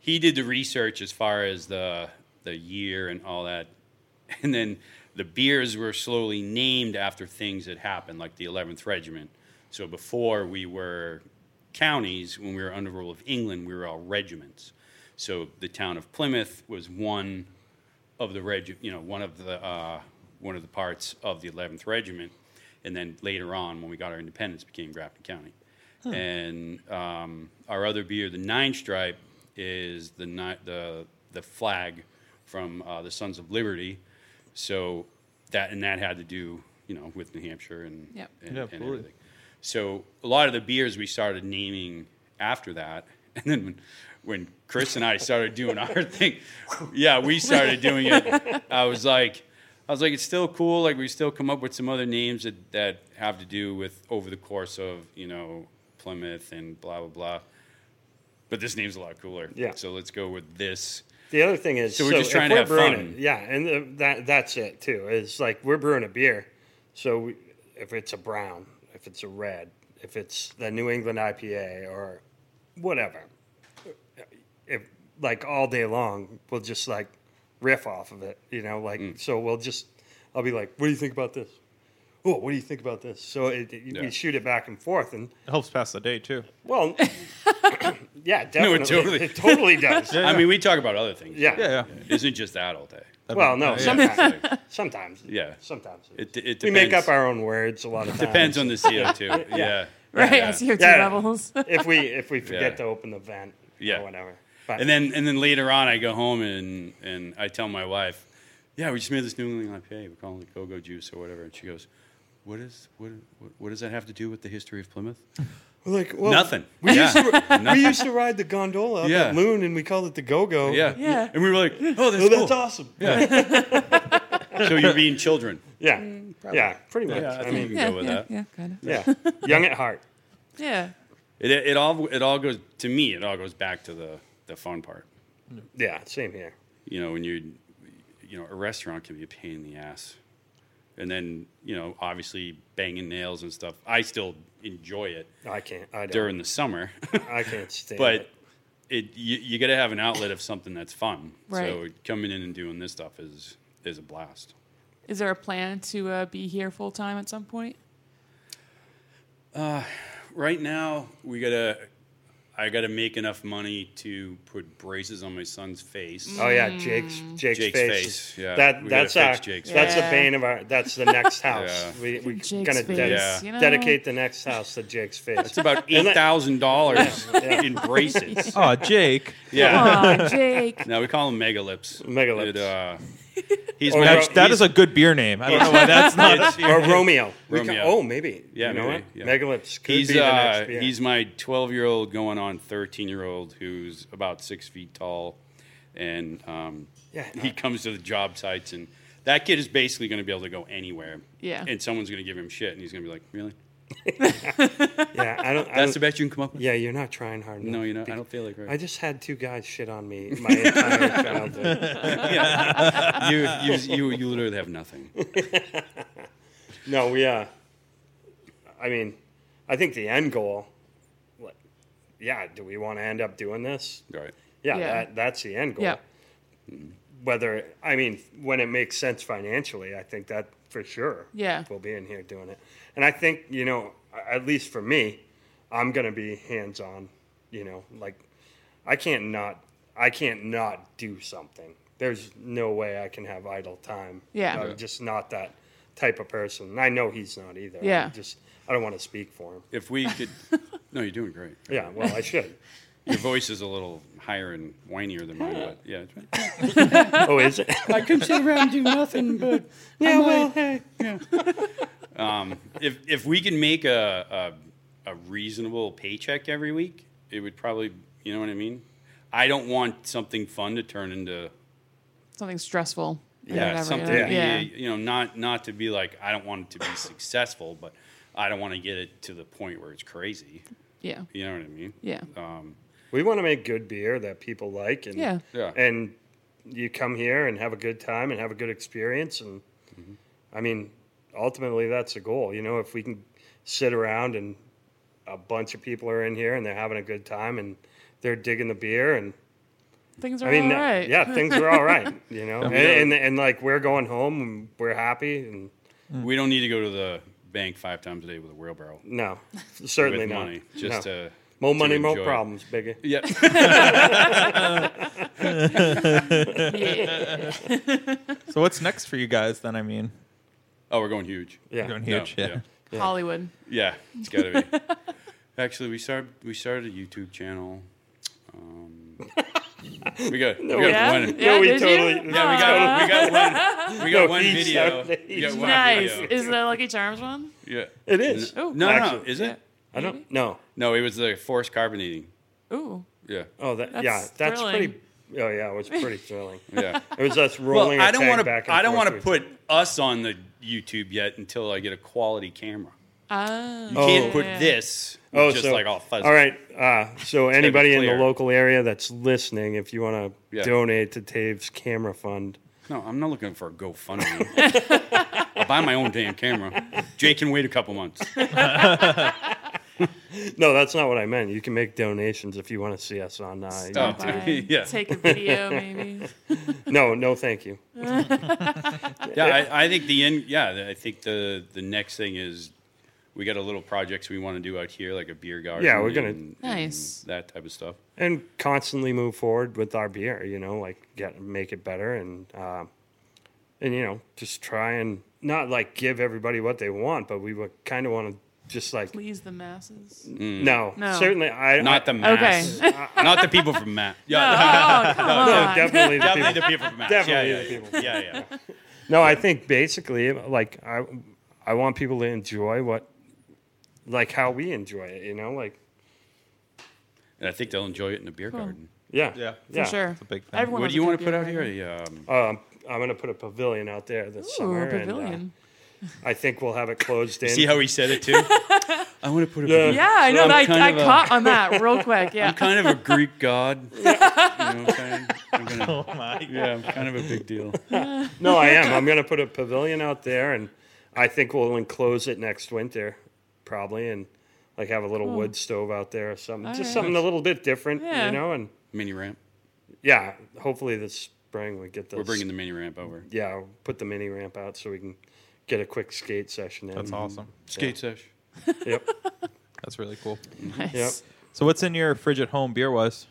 he did the research as far as the the year and all that, and then the beers were slowly named after things that happened, like the Eleventh Regiment. So before we were counties, when we were under rule of England, we were all regiments. So the town of Plymouth was one of the reg, you know, one of the uh, one of the parts of the 11th Regiment, and then later on, when we got our independence, became Grafton County. And um, our other beer, the Nine Stripe, is the ni- the the flag from uh, the Sons of Liberty. So that and that had to do, you know, with New Hampshire and Yep. and, Yeah, and absolutely. everything. So a lot of the beers we started naming after that, and then when, when Chris and I started doing our thing, yeah, we started doing it. I was like, I was like, it's still cool. Like we still come up with some other names that that have to do with over the course of you know Plymouth and blah blah blah. But this name's a lot cooler. Yeah. So let's go with this. The other thing is, So we're just if trying to we're have brewing fun. It, yeah, and the, that that's it too. It's like we're brewing a beer, so we, if it's a brown, if it's a red, if it's the New England IPA or whatever, uh, if like all day long, we'll just like riff off of it, you know. Like Mm. so, we'll just I'll be like, "What do you think about this?" Oh, what do you think about this? So it, it, Yeah. we shoot it back and forth, and It helps pass the day too. well, yeah, definitely, No, it totally- it totally does. yeah, I mean, we talk about other things. yeah. Yeah. It Isn't just that all day. Well, no, sometimes, Yeah. sometimes, Yeah. sometimes. It, It, it depends. we make up our own words a lot of times. depends on the CO2. yeah. Right. Yeah. I see your two Yeah. levels. if we if we forget Yeah. to open the vent Yeah. or whatever. But And then and then later on, I go home and and I tell my wife, "Yeah, we just made this New England IPA. We're calling it Go-Go Juice or whatever." And she goes, "What is what what, what does that have to do with the history of Plymouth?" we're like, well, Nothing. We, Yeah. used to, Nothing. we used to ride the gondola up Yeah. at Loon, and we called it the Go Go. Yeah. Yeah. And we were like, "Oh, that's, well, that's cool." awesome. Yeah. so you're being children. Yeah. Yeah. Pretty much. Mm, Yeah, I I, think mean, you can go with that. yeah, kind of. yeah. Young at heart. Yeah. It, it all it all goes to me. It all goes back to the the fun part. Yeah. Same here. You know, when you you know a restaurant can be a pain in the ass, and then you know obviously banging nails and stuff. I still enjoy it I can't. I don't. during the summer, I can't stand but it. it you, you got to have an outlet of something that's fun. So Right. coming in and doing this stuff is is a blast. Is there a plan to uh, be here full time at some point? Right now, we gotta. I gotta make enough money to put braces on my son's face. Oh Hmm. yeah, Jake's Jake's, Jake's face. face, is- yeah. That We gotta that's our fix Jake's that's face. the bane of our that's the next house. Yeah. We we Jake's gonna face, ded- Yeah. you know. dedicate the next house to Jake's face. It's about eight thousand dollars in braces. Oh, Jake. Yeah. Aw, Jake. No, we call him megalips. Megalips. It, Oh, uh, he's Or my- That's- he's- That is a good beer name. I don't know why that's not. it's- or Romeo. We can- Romeo. oh, maybe. Yeah, you know maybe, what? yeah. Megalips could he's be the uh, next beer. he's my twelve year old going on thirteen year old who's about six feet tall, and um, Yeah. he comes to the job sites and that kid is basically going to be able to go anywhere. Yeah. And someone's going to give him shit, and he's going to be like, "Really? yeah, I don't. That's I don't the best you can come up with? yeah, you're not trying hard enough. No, you know, I don't feel like I right. just had two guys shit on me my entire childhood. you, you, you, you literally have nothing. No, we uh, I mean, I think the end goal. like, Yeah, do we want to end up doing this? Right? Yeah, Yeah. That, that's the end goal. Yeah. Whether I mean, when it makes sense financially, I think that for sure. Yeah. we'll be in here doing it, and I think you know, a- at least for me, I'm gonna be hands on. You know, like I can't not, I can't not do something. There's no way I can have idle time. Yeah. I'm just not that type of person. And I know he's not either. Yeah. i just I don't want to speak for him. If we could, no, you're doing great. Yeah, well, I should. Your voice is a little higher and whinier than mine, but yeah. it's fine. oh, is it? I could sit around and do nothing, but yeah, well, hey. If if we can make a, a a reasonable paycheck every week, it would probably, you know what I mean. I don't want something fun to turn into Something stressful. or yeah whatever, something. you to know? be, Yeah. You know, not not to be like I don't want it to be successful, but I don't want to get it to the point where it's crazy. Yeah. You know what I mean? Yeah. um, We want to make good beer that people like, and Yeah. Yeah. and you come here and have a good time and have a good experience, and Mm-hmm. I mean, ultimately that's the goal. You know, if we can sit around and a bunch of people are in here and they're having a good time and they're digging the beer and Things are I mean, all right. yeah, things are all right, you know, and, and and like we're going home and we're happy and We don't need to go to the bank five times a day with a wheelbarrow no, certainly with not. money just No. to more to money, more enjoy it. problems, bigger. Yeah. Yeah. So what's next for you guys then? I mean, Oh, we're going huge. Yeah, going huge. No, yeah. yeah. Hollywood. Yeah, it's got to be. Actually, we started we started a YouTube channel. Um, we got we got Yeah? one. Yeah, No, we did you? totally- Yeah, we got we got one. We got No, one he video. started- We got one Nice. video. Is the Lucky Charms one? Yeah. It is. Oh, No, no, no, actually, is it? I don't know. No, it was the forced carbonating. Ooh. Yeah, Oh, that That's yeah, that's thrilling. pretty. Oh yeah, it was pretty thrilling. yeah. It was us Well, rolling. I don't want want back to. and I don't forth want to with- put us on the YouTube yet until I get a quality camera. Ah. You can't Oh. put this. Oh, just so- like all fuzzy. All right. Uh, so anybody in the clear. local area that's listening, if you want to Yeah. donate to Tave's camera fund, No, I'm not looking for a GoFundMe. I'll buy my own damn camera. Jake can wait a couple months. no, that's not what I meant. You can make donations if you want to see us on. Uh, YouTube. Fine. yeah. Take a video, maybe. No, no, thank you. Yeah, I, I think the end. Yeah, I think the the next thing is we got a little projects we want to do out here, like a beer garden. Yeah, we're gonna- and- and Nice. that type of stuff. And constantly move forward with our beer. You know, like get make it better and uh, and you know just try and not like give everybody what they want, but we would kind of want to just like Please the masses. no, No. certainly I Not the mass. Not the people from Matt. Yeah, Oh, come on. definitely the people. definitely the people from Matt. Definitely yeah, yeah, the yeah. Yeah, people yeah. No, I think basically, like I, I want people to enjoy what, like how we enjoy it. You know, like And I think they'll enjoy it in the beer garden. yeah, For Yeah. sure. It's a big thing. Everyone What loves do you a want good to put beer, out here? right? The, um, Um, I'm going to put a pavilion out there this Ooh, summer. a pavilion. And, uh, I think we'll have it closed in. See how he said it too? I want to put a Uh, Yeah. pavilion. yeah, I know. I'm that kind I, I of a- caught on that real quick. Yeah. I'm kind of a Greek god. You know what I'm saying? I'm gonna- Oh my. yeah, I'm kind of a big deal. No, I am. I'm going to put a pavilion out there, and I think we'll enclose it next winter, probably, and like have a little wood stove out there or something. Just right. something a little bit different, Yeah. you know. And Mini ramp. yeah, hopefully this spring we get those. We're bringing the mini ramp over. yeah, we'll put the mini ramp out so we can get a quick skate session in. Mm-hmm. That's awesome. Skate sesh. Yep. That's really cool. Yep. nice. So what's in your fridge at home beer wise?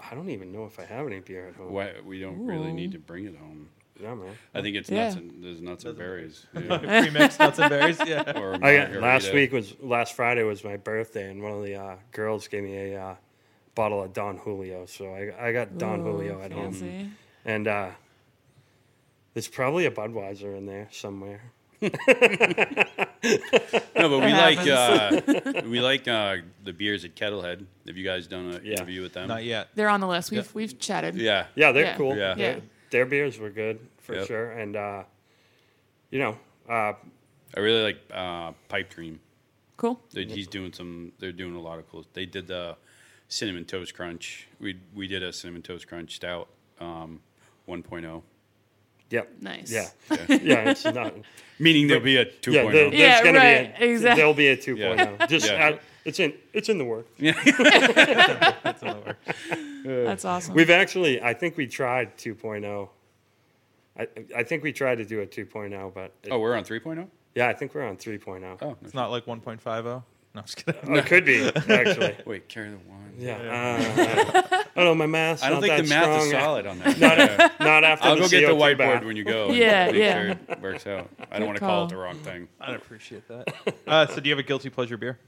I don't even know if I have any beer at home. Why we don't really need to bring it home. Yeah, man. I think it's nuts Yeah. and there's nuts and berries. Yeah. Pre-mixed nuts and berries. Yeah. Or I got, margarita. last week was last Friday was my birthday, and one of the uh, girls gave me a uh, bottle of Don Julio, so I, I got Don Julio at home. Oh, Fancy. And uh, there's probably a Budweiser in there somewhere. No, but we like uh, we like uh, the beers at Kettlehead. Have you guys done an Yeah. interview with them? Not yet. They're on the list. We've we've chatted. Yeah. Yeah, they're Yeah. cool. Yeah. Yeah. Their beers were good for Yep. sure. And, uh, you know, uh, I really like uh, Pipe Dream. Cool. They, He's doing some. They're doing a lot of cool. They did the cinnamon toast crunch. We we did a cinnamon toast crunch stout, um, 1.0. yep. Nice. Yeah. yeah, it's not. Meaning there'll be a Yeah, 2.0. there, there's Yeah, gonna right, be a, exact- there'll be a 2.0. Just oh. Yeah. uh, it's in it's in the work. That's awesome. We've actually I think we tried 2.0. I I think we tried to do a 2.0, but it- oh, we're on 3.0. yeah, I think we're on 3.0. Oh, It's not like 1.50. No, I'm just kidding. Oh, it could be actually. wait, carry the one. Yeah. Uh, I don't know. My math's. I don't not think the that math is strong. solid on that. Not, Yeah. not after I'll the go get the CO2 whiteboard back. when you go. and Yeah, make yeah. Sure it works out. I Good don't want to call call. it the wrong thing. I'd appreciate that. Uh, so do you have a guilty pleasure beer?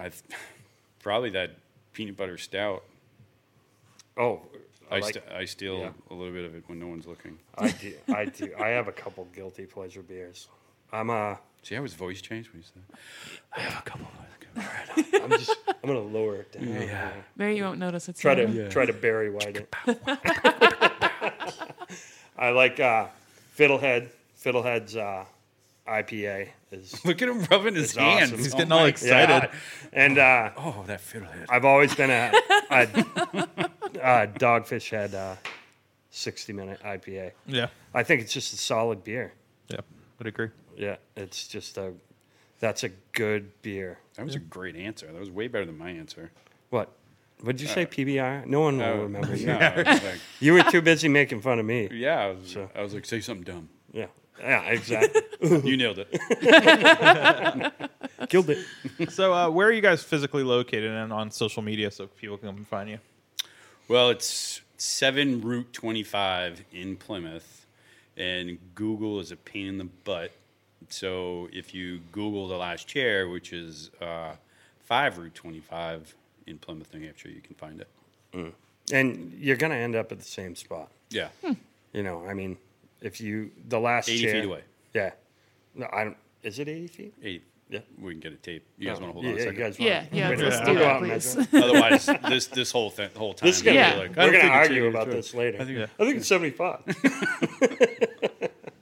I probably that peanut butter stout. Oh, I, I, like, st- I steal yeah. a Uh, little bit of it when no one's looking. I do. I do. I have a couple guilty pleasure beers. I'm uh, See how his voice changed when he said, that? "I have a couple." Of I'm just. I'm gonna lower it down. Yeah. Maybe you won't notice it's Try to yellow. try to bury white it. I like uh, Fiddlehead. Fiddlehead's uh, IPA is Look at him rubbing his It's hands. awesome. He's Oh getting my all God. excited. and uh, Oh, that fiddlehead. I've always been a, a, a Dogfish Head uh, 60 minute IPA. Yeah. I think it's just a solid beer. Yeah. Would agree. Yeah, it's just a. That's a good beer. That was a great answer. That was way better than my answer. What? Would you say PBR? Uh, No one will Oh, remember you. No, I was like, You were too busy making fun of me. yeah, I was, I was like, say something dumb. Yeah. Yeah, exactly. You nailed it. Killed it. So uh, where are you guys physically located and on social media so people can come and find you? Well, it's 7 Route 25 in Plymouth, and Google is a pain in the butt. So if you Google the last chair, which is uh, 5 Route 25 in Plymouth, New Hampshire, you can find it. And you're gonna end up at the same spot. Yeah. Hmm. You know, I mean, if you the last 80 chair- feet away. Yeah. No, I don't. Is it 80 feet? 80. Yeah. We can get a tape. You guys Oh, want to hold yeah, on a yeah, second? You guys Yeah, wanna- yeah, Wait a let's minute. do I'll go out that, and please. measure. Otherwise, this this whole thing, whole time, This is gonna you'll be- like, I We're don't gonna think it's argue 80. about this later. I think, Yeah. it's 75.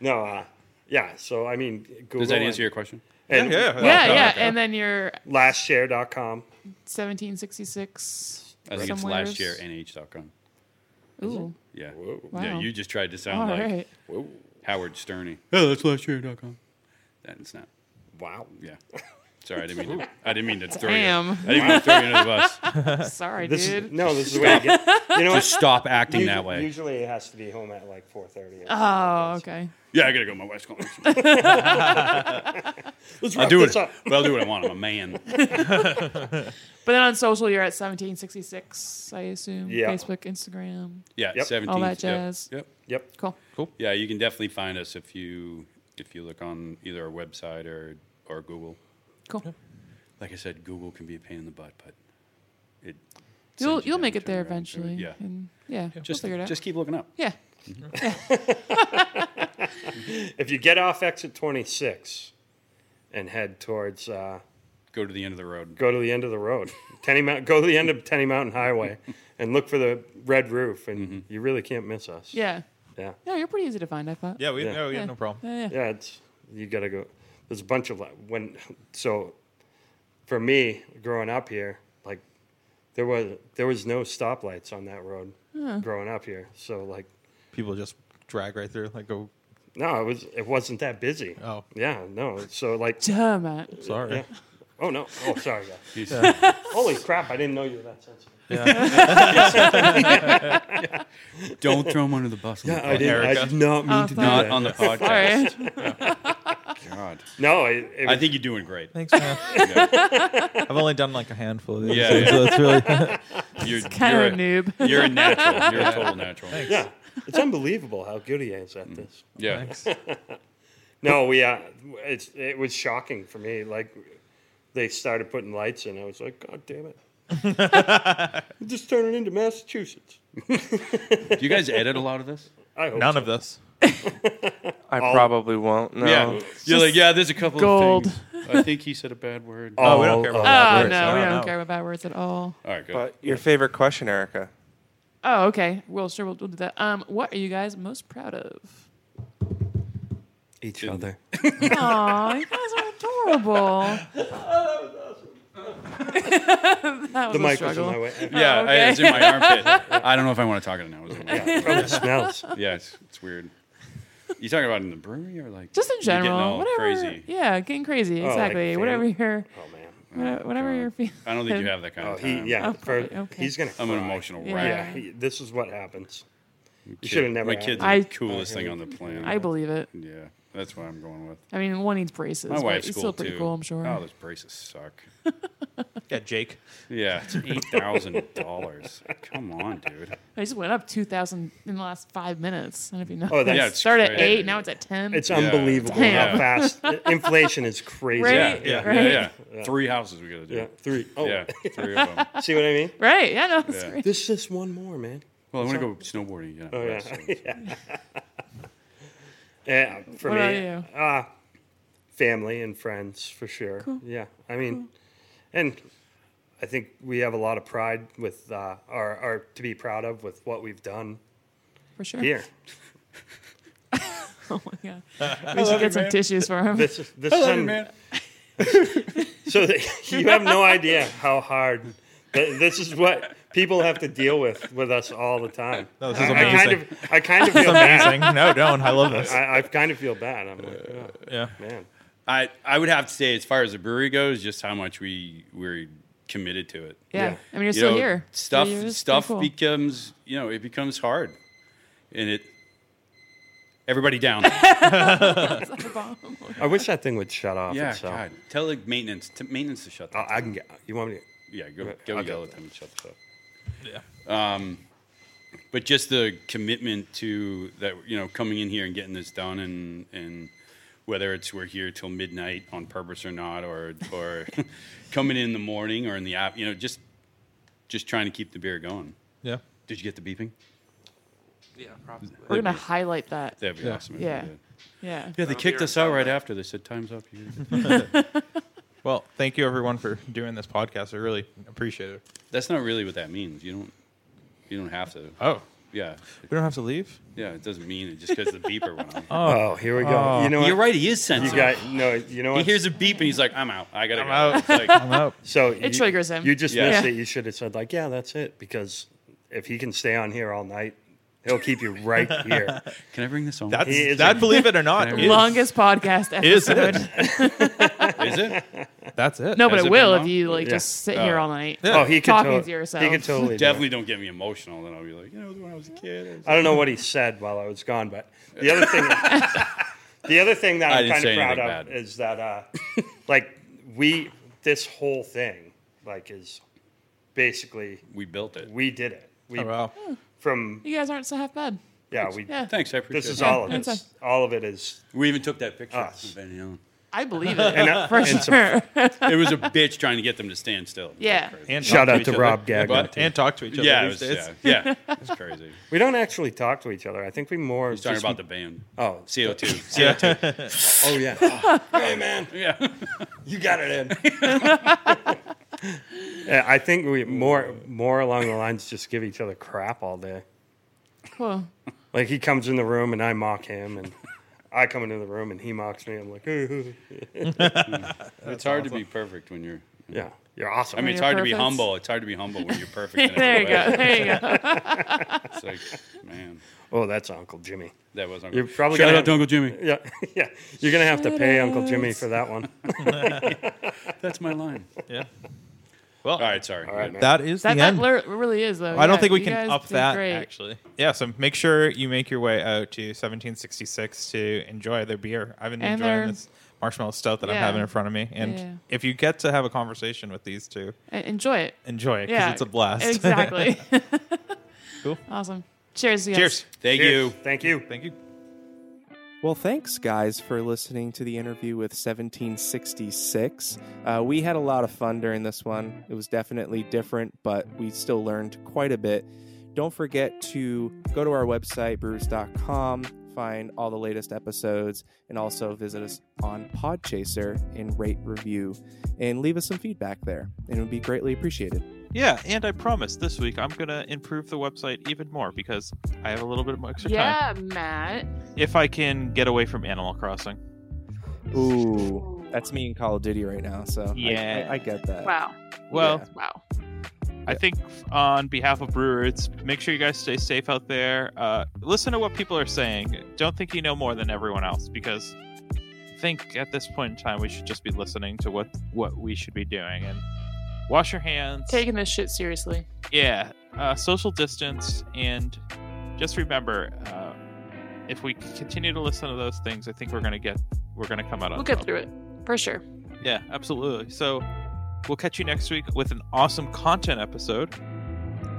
no, uh, yeah. So I mean, Google Does that and- answer your question? and Yeah, Oh, yeah. okay. And then you're lastshare.com. 1766. I think it's somewheres. last year, nh.com. Ooh. Yeah. Wow. Yeah, you just tried to All sound right. like Howard Sterney. Oh, that's lastyear.com. That's not. Wow. Yeah. Sorry, I didn't mean to. I didn't mean to throw you. Damn. I didn't mean to throw you under the bus. Sorry, This dude. is, no, this is the way I get. You know, Just what? stop acting usually, that way. usually it has to be home at like 4:30. Oh, okay. Yeah, I gotta go. My wife's calling. Let's I'll wrap do it. this up. But I'll do what I want. I'm a man. But then on social, you're at 1766, I assume. Yeah. Facebook, Instagram. Yeah, Yep. 17th. All that yep, jazz. Yep. Yep. Cool. Yeah, you can definitely find us if you if you look on either our website or or Google. Cool. Like I said, Google can be a pain in the butt, but it sends You'll you you'll down make the it there turnaround. eventually. Yeah. And yeah, Just we'll figure it out. just keep looking up. yeah. If you get off exit 26 and head towards, uh, Go to the end of the road. go to the end of the road, Tenny Mount, go to the end of Tenny Mountain Highway, and look for the red roof, and you really can't miss us. Yeah. Yeah. No, you're pretty easy to find. I thought. Yeah, we Yeah. No, yeah, Yeah. no problem. Yeah, yeah. yeah it's you gotta go there's a bunch of like when so for me growing up here like there was there was no stoplights on that road growing up here so like People just drag right through, like, oh, no it was it wasn't that busy Oh. yeah no so like Duh, Matt. sorry. yeah. oh no oh sorry guys. He's- holy crap i didn't know you were that sensitive Don't throw him under the bus. on the i podcast. did i did not mean Oh, to do sorry. Not that on the podcast. Sorry. God. no it, it I was- think you're doing great. Thanks, man. I've only done like a handful of these. Yeah, so- yeah. so it's really You're Kind you're of a noob. You're a natural. You're a total natural. yeah it's unbelievable how good he is at this Yeah. No, we uh, it's it was shocking for me. Like they started putting lights in, I was like, God damn it! Just turn it into Massachusetts. Do you guys edit a lot of this? I hope none so. of this. I probably won't. No. Uh, Yeah. You're like, yeah, there's a couple Gold. of things. I think he said a bad word. Oh, we don't care about uh, Oh no, that. Words, I we don't don't know. care about bad words at all. All right, good. But your favorite question, Erica. Oh, okay. Well, sure, we'll, we'll do that. Um, what are you guys most proud of? each other. Aw, Oh, you guys are adorable. that was The a mic was in struggle. my way. yeah, Oh, I, okay. it's in my armpit. I don't know if I want to talk it now. It's in my armpit. From the smells. Yeah, it's, it's weird. You talking about in the brewery or like Just in you're getting general, all whatever. Crazy. Yeah, getting crazy. Exactly. fan- whatever you're, Oh man. whatever, whatever God. you're feeling. I don't think you have that kind Oh, of he time. yeah. Oh, for, probably, okay. He's gonna. I'm an cry. emotional Yeah. wreck. Yeah. He, this is what happens. You should have never. My had kid's it. I- the coolest thing on the planet. I believe it. Yeah, that's what I'm going with. I mean, one needs braces. My but wife's it's cool still pretty too. cool, I'm sure. Oh, those braces suck. Yeah, Jake. Yeah, it's eight thousand dollars. Come on, dude. I just went up two thousand in the last five minutes. I don't know if you know. Oh, that's- Yeah, it's started at crazy. eight, now it's at ten. It's Yeah. unbelievable Damn. how fast inflation is crazy. Right? Yeah, yeah, Right? yeah, yeah. Three houses we gotta do. Yeah, Three. Oh, Yeah, three of them. see what I mean? right? Yeah, no, it's Yeah. great. This is one more, man. Well, I want to go snowboarding. Yeah. Oh, yeah. that's- Yeah, for What about me, you? Uh, family and friends for sure. Yeah, I mean, and I think we have a lot of pride with uh, our, our to be proud of with what we've done for sure. here. Oh my god, we should get some tissues for him. This is this is Love you, un- man. so that you have no idea how hard. th- This is what people have to deal with with us all the time. No, Oh, this is I kind amazing. of, I kind of feel bad. amazing. No, don't. I love this. I, I kind of feel bad. I'm like, oh, Yeah. man. I I would have to say, as far as the brewery goes, just how much we we're committed to it. yeah. yeah. I mean, you're you still know, here. Three Stuff years, pretty stuff cool. becomes you know it becomes hard, and it. Everybody down. I wish that thing would shut off. yeah, itself. God. Tell the maintenance to maintenance to shut. I, Uh, Down. I can get. You want me? to... yeah, go okay, go I'll yell get at them and shut the up. Yeah. Um, but just the commitment to that, you know, coming in here and getting this done, and and whether it's we're here till midnight on purpose or not, or or coming in the morning or in the app, you know, just just trying to keep the beer going. Yeah. Did you get the beeping? We're gonna highlight that. That'd be awesome. if you Yeah. did. Yeah. Yeah, they kicked us out right after. They said, "Time's up." You Well, thank you everyone for doing this podcast. I really appreciate it. That's not really what that means. You don't. You don't have to. Oh, Yeah, we don't have to leave. yeah. It doesn't mean it just because the beeper went on. Oh, here we go. you know what? You're right. He is sensitive. You got no. You know he what? hears a beep and he's like, "I'm out. I gotta go." out. It's like, I'm out. so it triggers him. You just Yeah. missed Yeah. it. You should have said like, "Yeah, that's it," because if he can stay on here all night, he'll keep you right here. Can I bring this home? That's He is that. a- believe it or not, is, Longest podcast ever. is it? is it? That's it. No, but Has it it will been if long? you like Yeah. just sit here all night. Oh, he could Talking tot- to yourself. He could totally do it. Definitely don't get me emotional. Then I'll be like, you know, when I was a kid. I was I don't know what he said while I was gone, but the other thing, the other thing that I I'm didn't kind say of proud anything of bad. is that, uh, like, we this whole thing, like, is basically we built it. we did it. We Oh, wow. Hmm. from You guys aren't so half bad. yeah we. Yeah. Thanks, I appreciate This is it. all of that's it. All of it is We even took that picture. Us. with Benny Allen. I believe it. and, uh, For and some- sure. It was a bitch trying to get them to stand still. yeah. And talk Shout out each to other. Rob Gagnon. but- too. And talk to each other. Yeah, it these was, days. yeah, yeah. It's crazy. We don't actually talk to each other. I think we more He's talking just- about the band. oh CO two. CO two. oh yeah. Yeah. you got it in. Uh, I think we more more along the lines just give each other crap all day. Cool. Like he comes in the room and I mock him, and I come into the room and he mocks me. I'm like, it's hard to be perfect when you're. yeah, you're awesome. I mean, it's you're hard to be perfect. humble. It's hard to be humble when you're perfect. in every there you way. go. There you go. It's like, man, oh, that's Uncle Jimmy. that was. Uncle- You're probably Shout gonna out to Uncle Jimmy. Yeah, yeah. You're gonna have to pay Uncle Jimmy for that one. That's my line. Yeah. Well, All right, sorry. All right, man. That is That, the that end. lear- really is though. I don't Yeah, think we you can guys up did that great. actually. Yeah, so make sure you make your way out to 1766 to enjoy their beer. I've been And their- they're- enjoying this marshmallow stout that I'm Yeah. having in front of me. And Yeah. if you get to have a conversation with these two, En- Enjoy it. enjoy it because Yeah, it's a blast. Exactly. Cool. Awesome. Cheers. you guys. Cheers. Thank you. Thank you. Thank you. Well, thanks, guys, for listening to the interview with 1766. Uh, we had a lot of fun during this one. It was definitely different, but we still learned quite a bit. Don't forget to go to our website, brews.com, find all the latest episodes, and also visit us on Podchaser and rate review and leave us some feedback there. And it would be greatly appreciated. Yeah, and I promise this week I'm going to improve the website even more because I have a little bit more extra time. Yeah, Matt. If I can get away from Animal Crossing. Ooh, that's me in Call of Duty right now, so I- Yeah. I, I get that. Wow. Well, Wow. I think on behalf of Brewers, make sure you guys stay safe out there. Uh, listen to what people are saying. Don't think you know more than everyone else because I think at this point in time we should just be listening to what what we should be doing and wash your hands. Taking this shit seriously. yeah, uh, social distance and just remember uh, if we continue to listen to those things, I think we're gonna get we're gonna come out on We'll get top. through it for sure. Yeah, absolutely. So we'll catch you next week with an awesome content episode.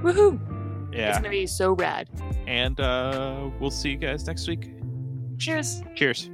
Woohoo! It's Yeah. gonna be so rad. and uh, we'll see you guys next week. Cheers. Cheers.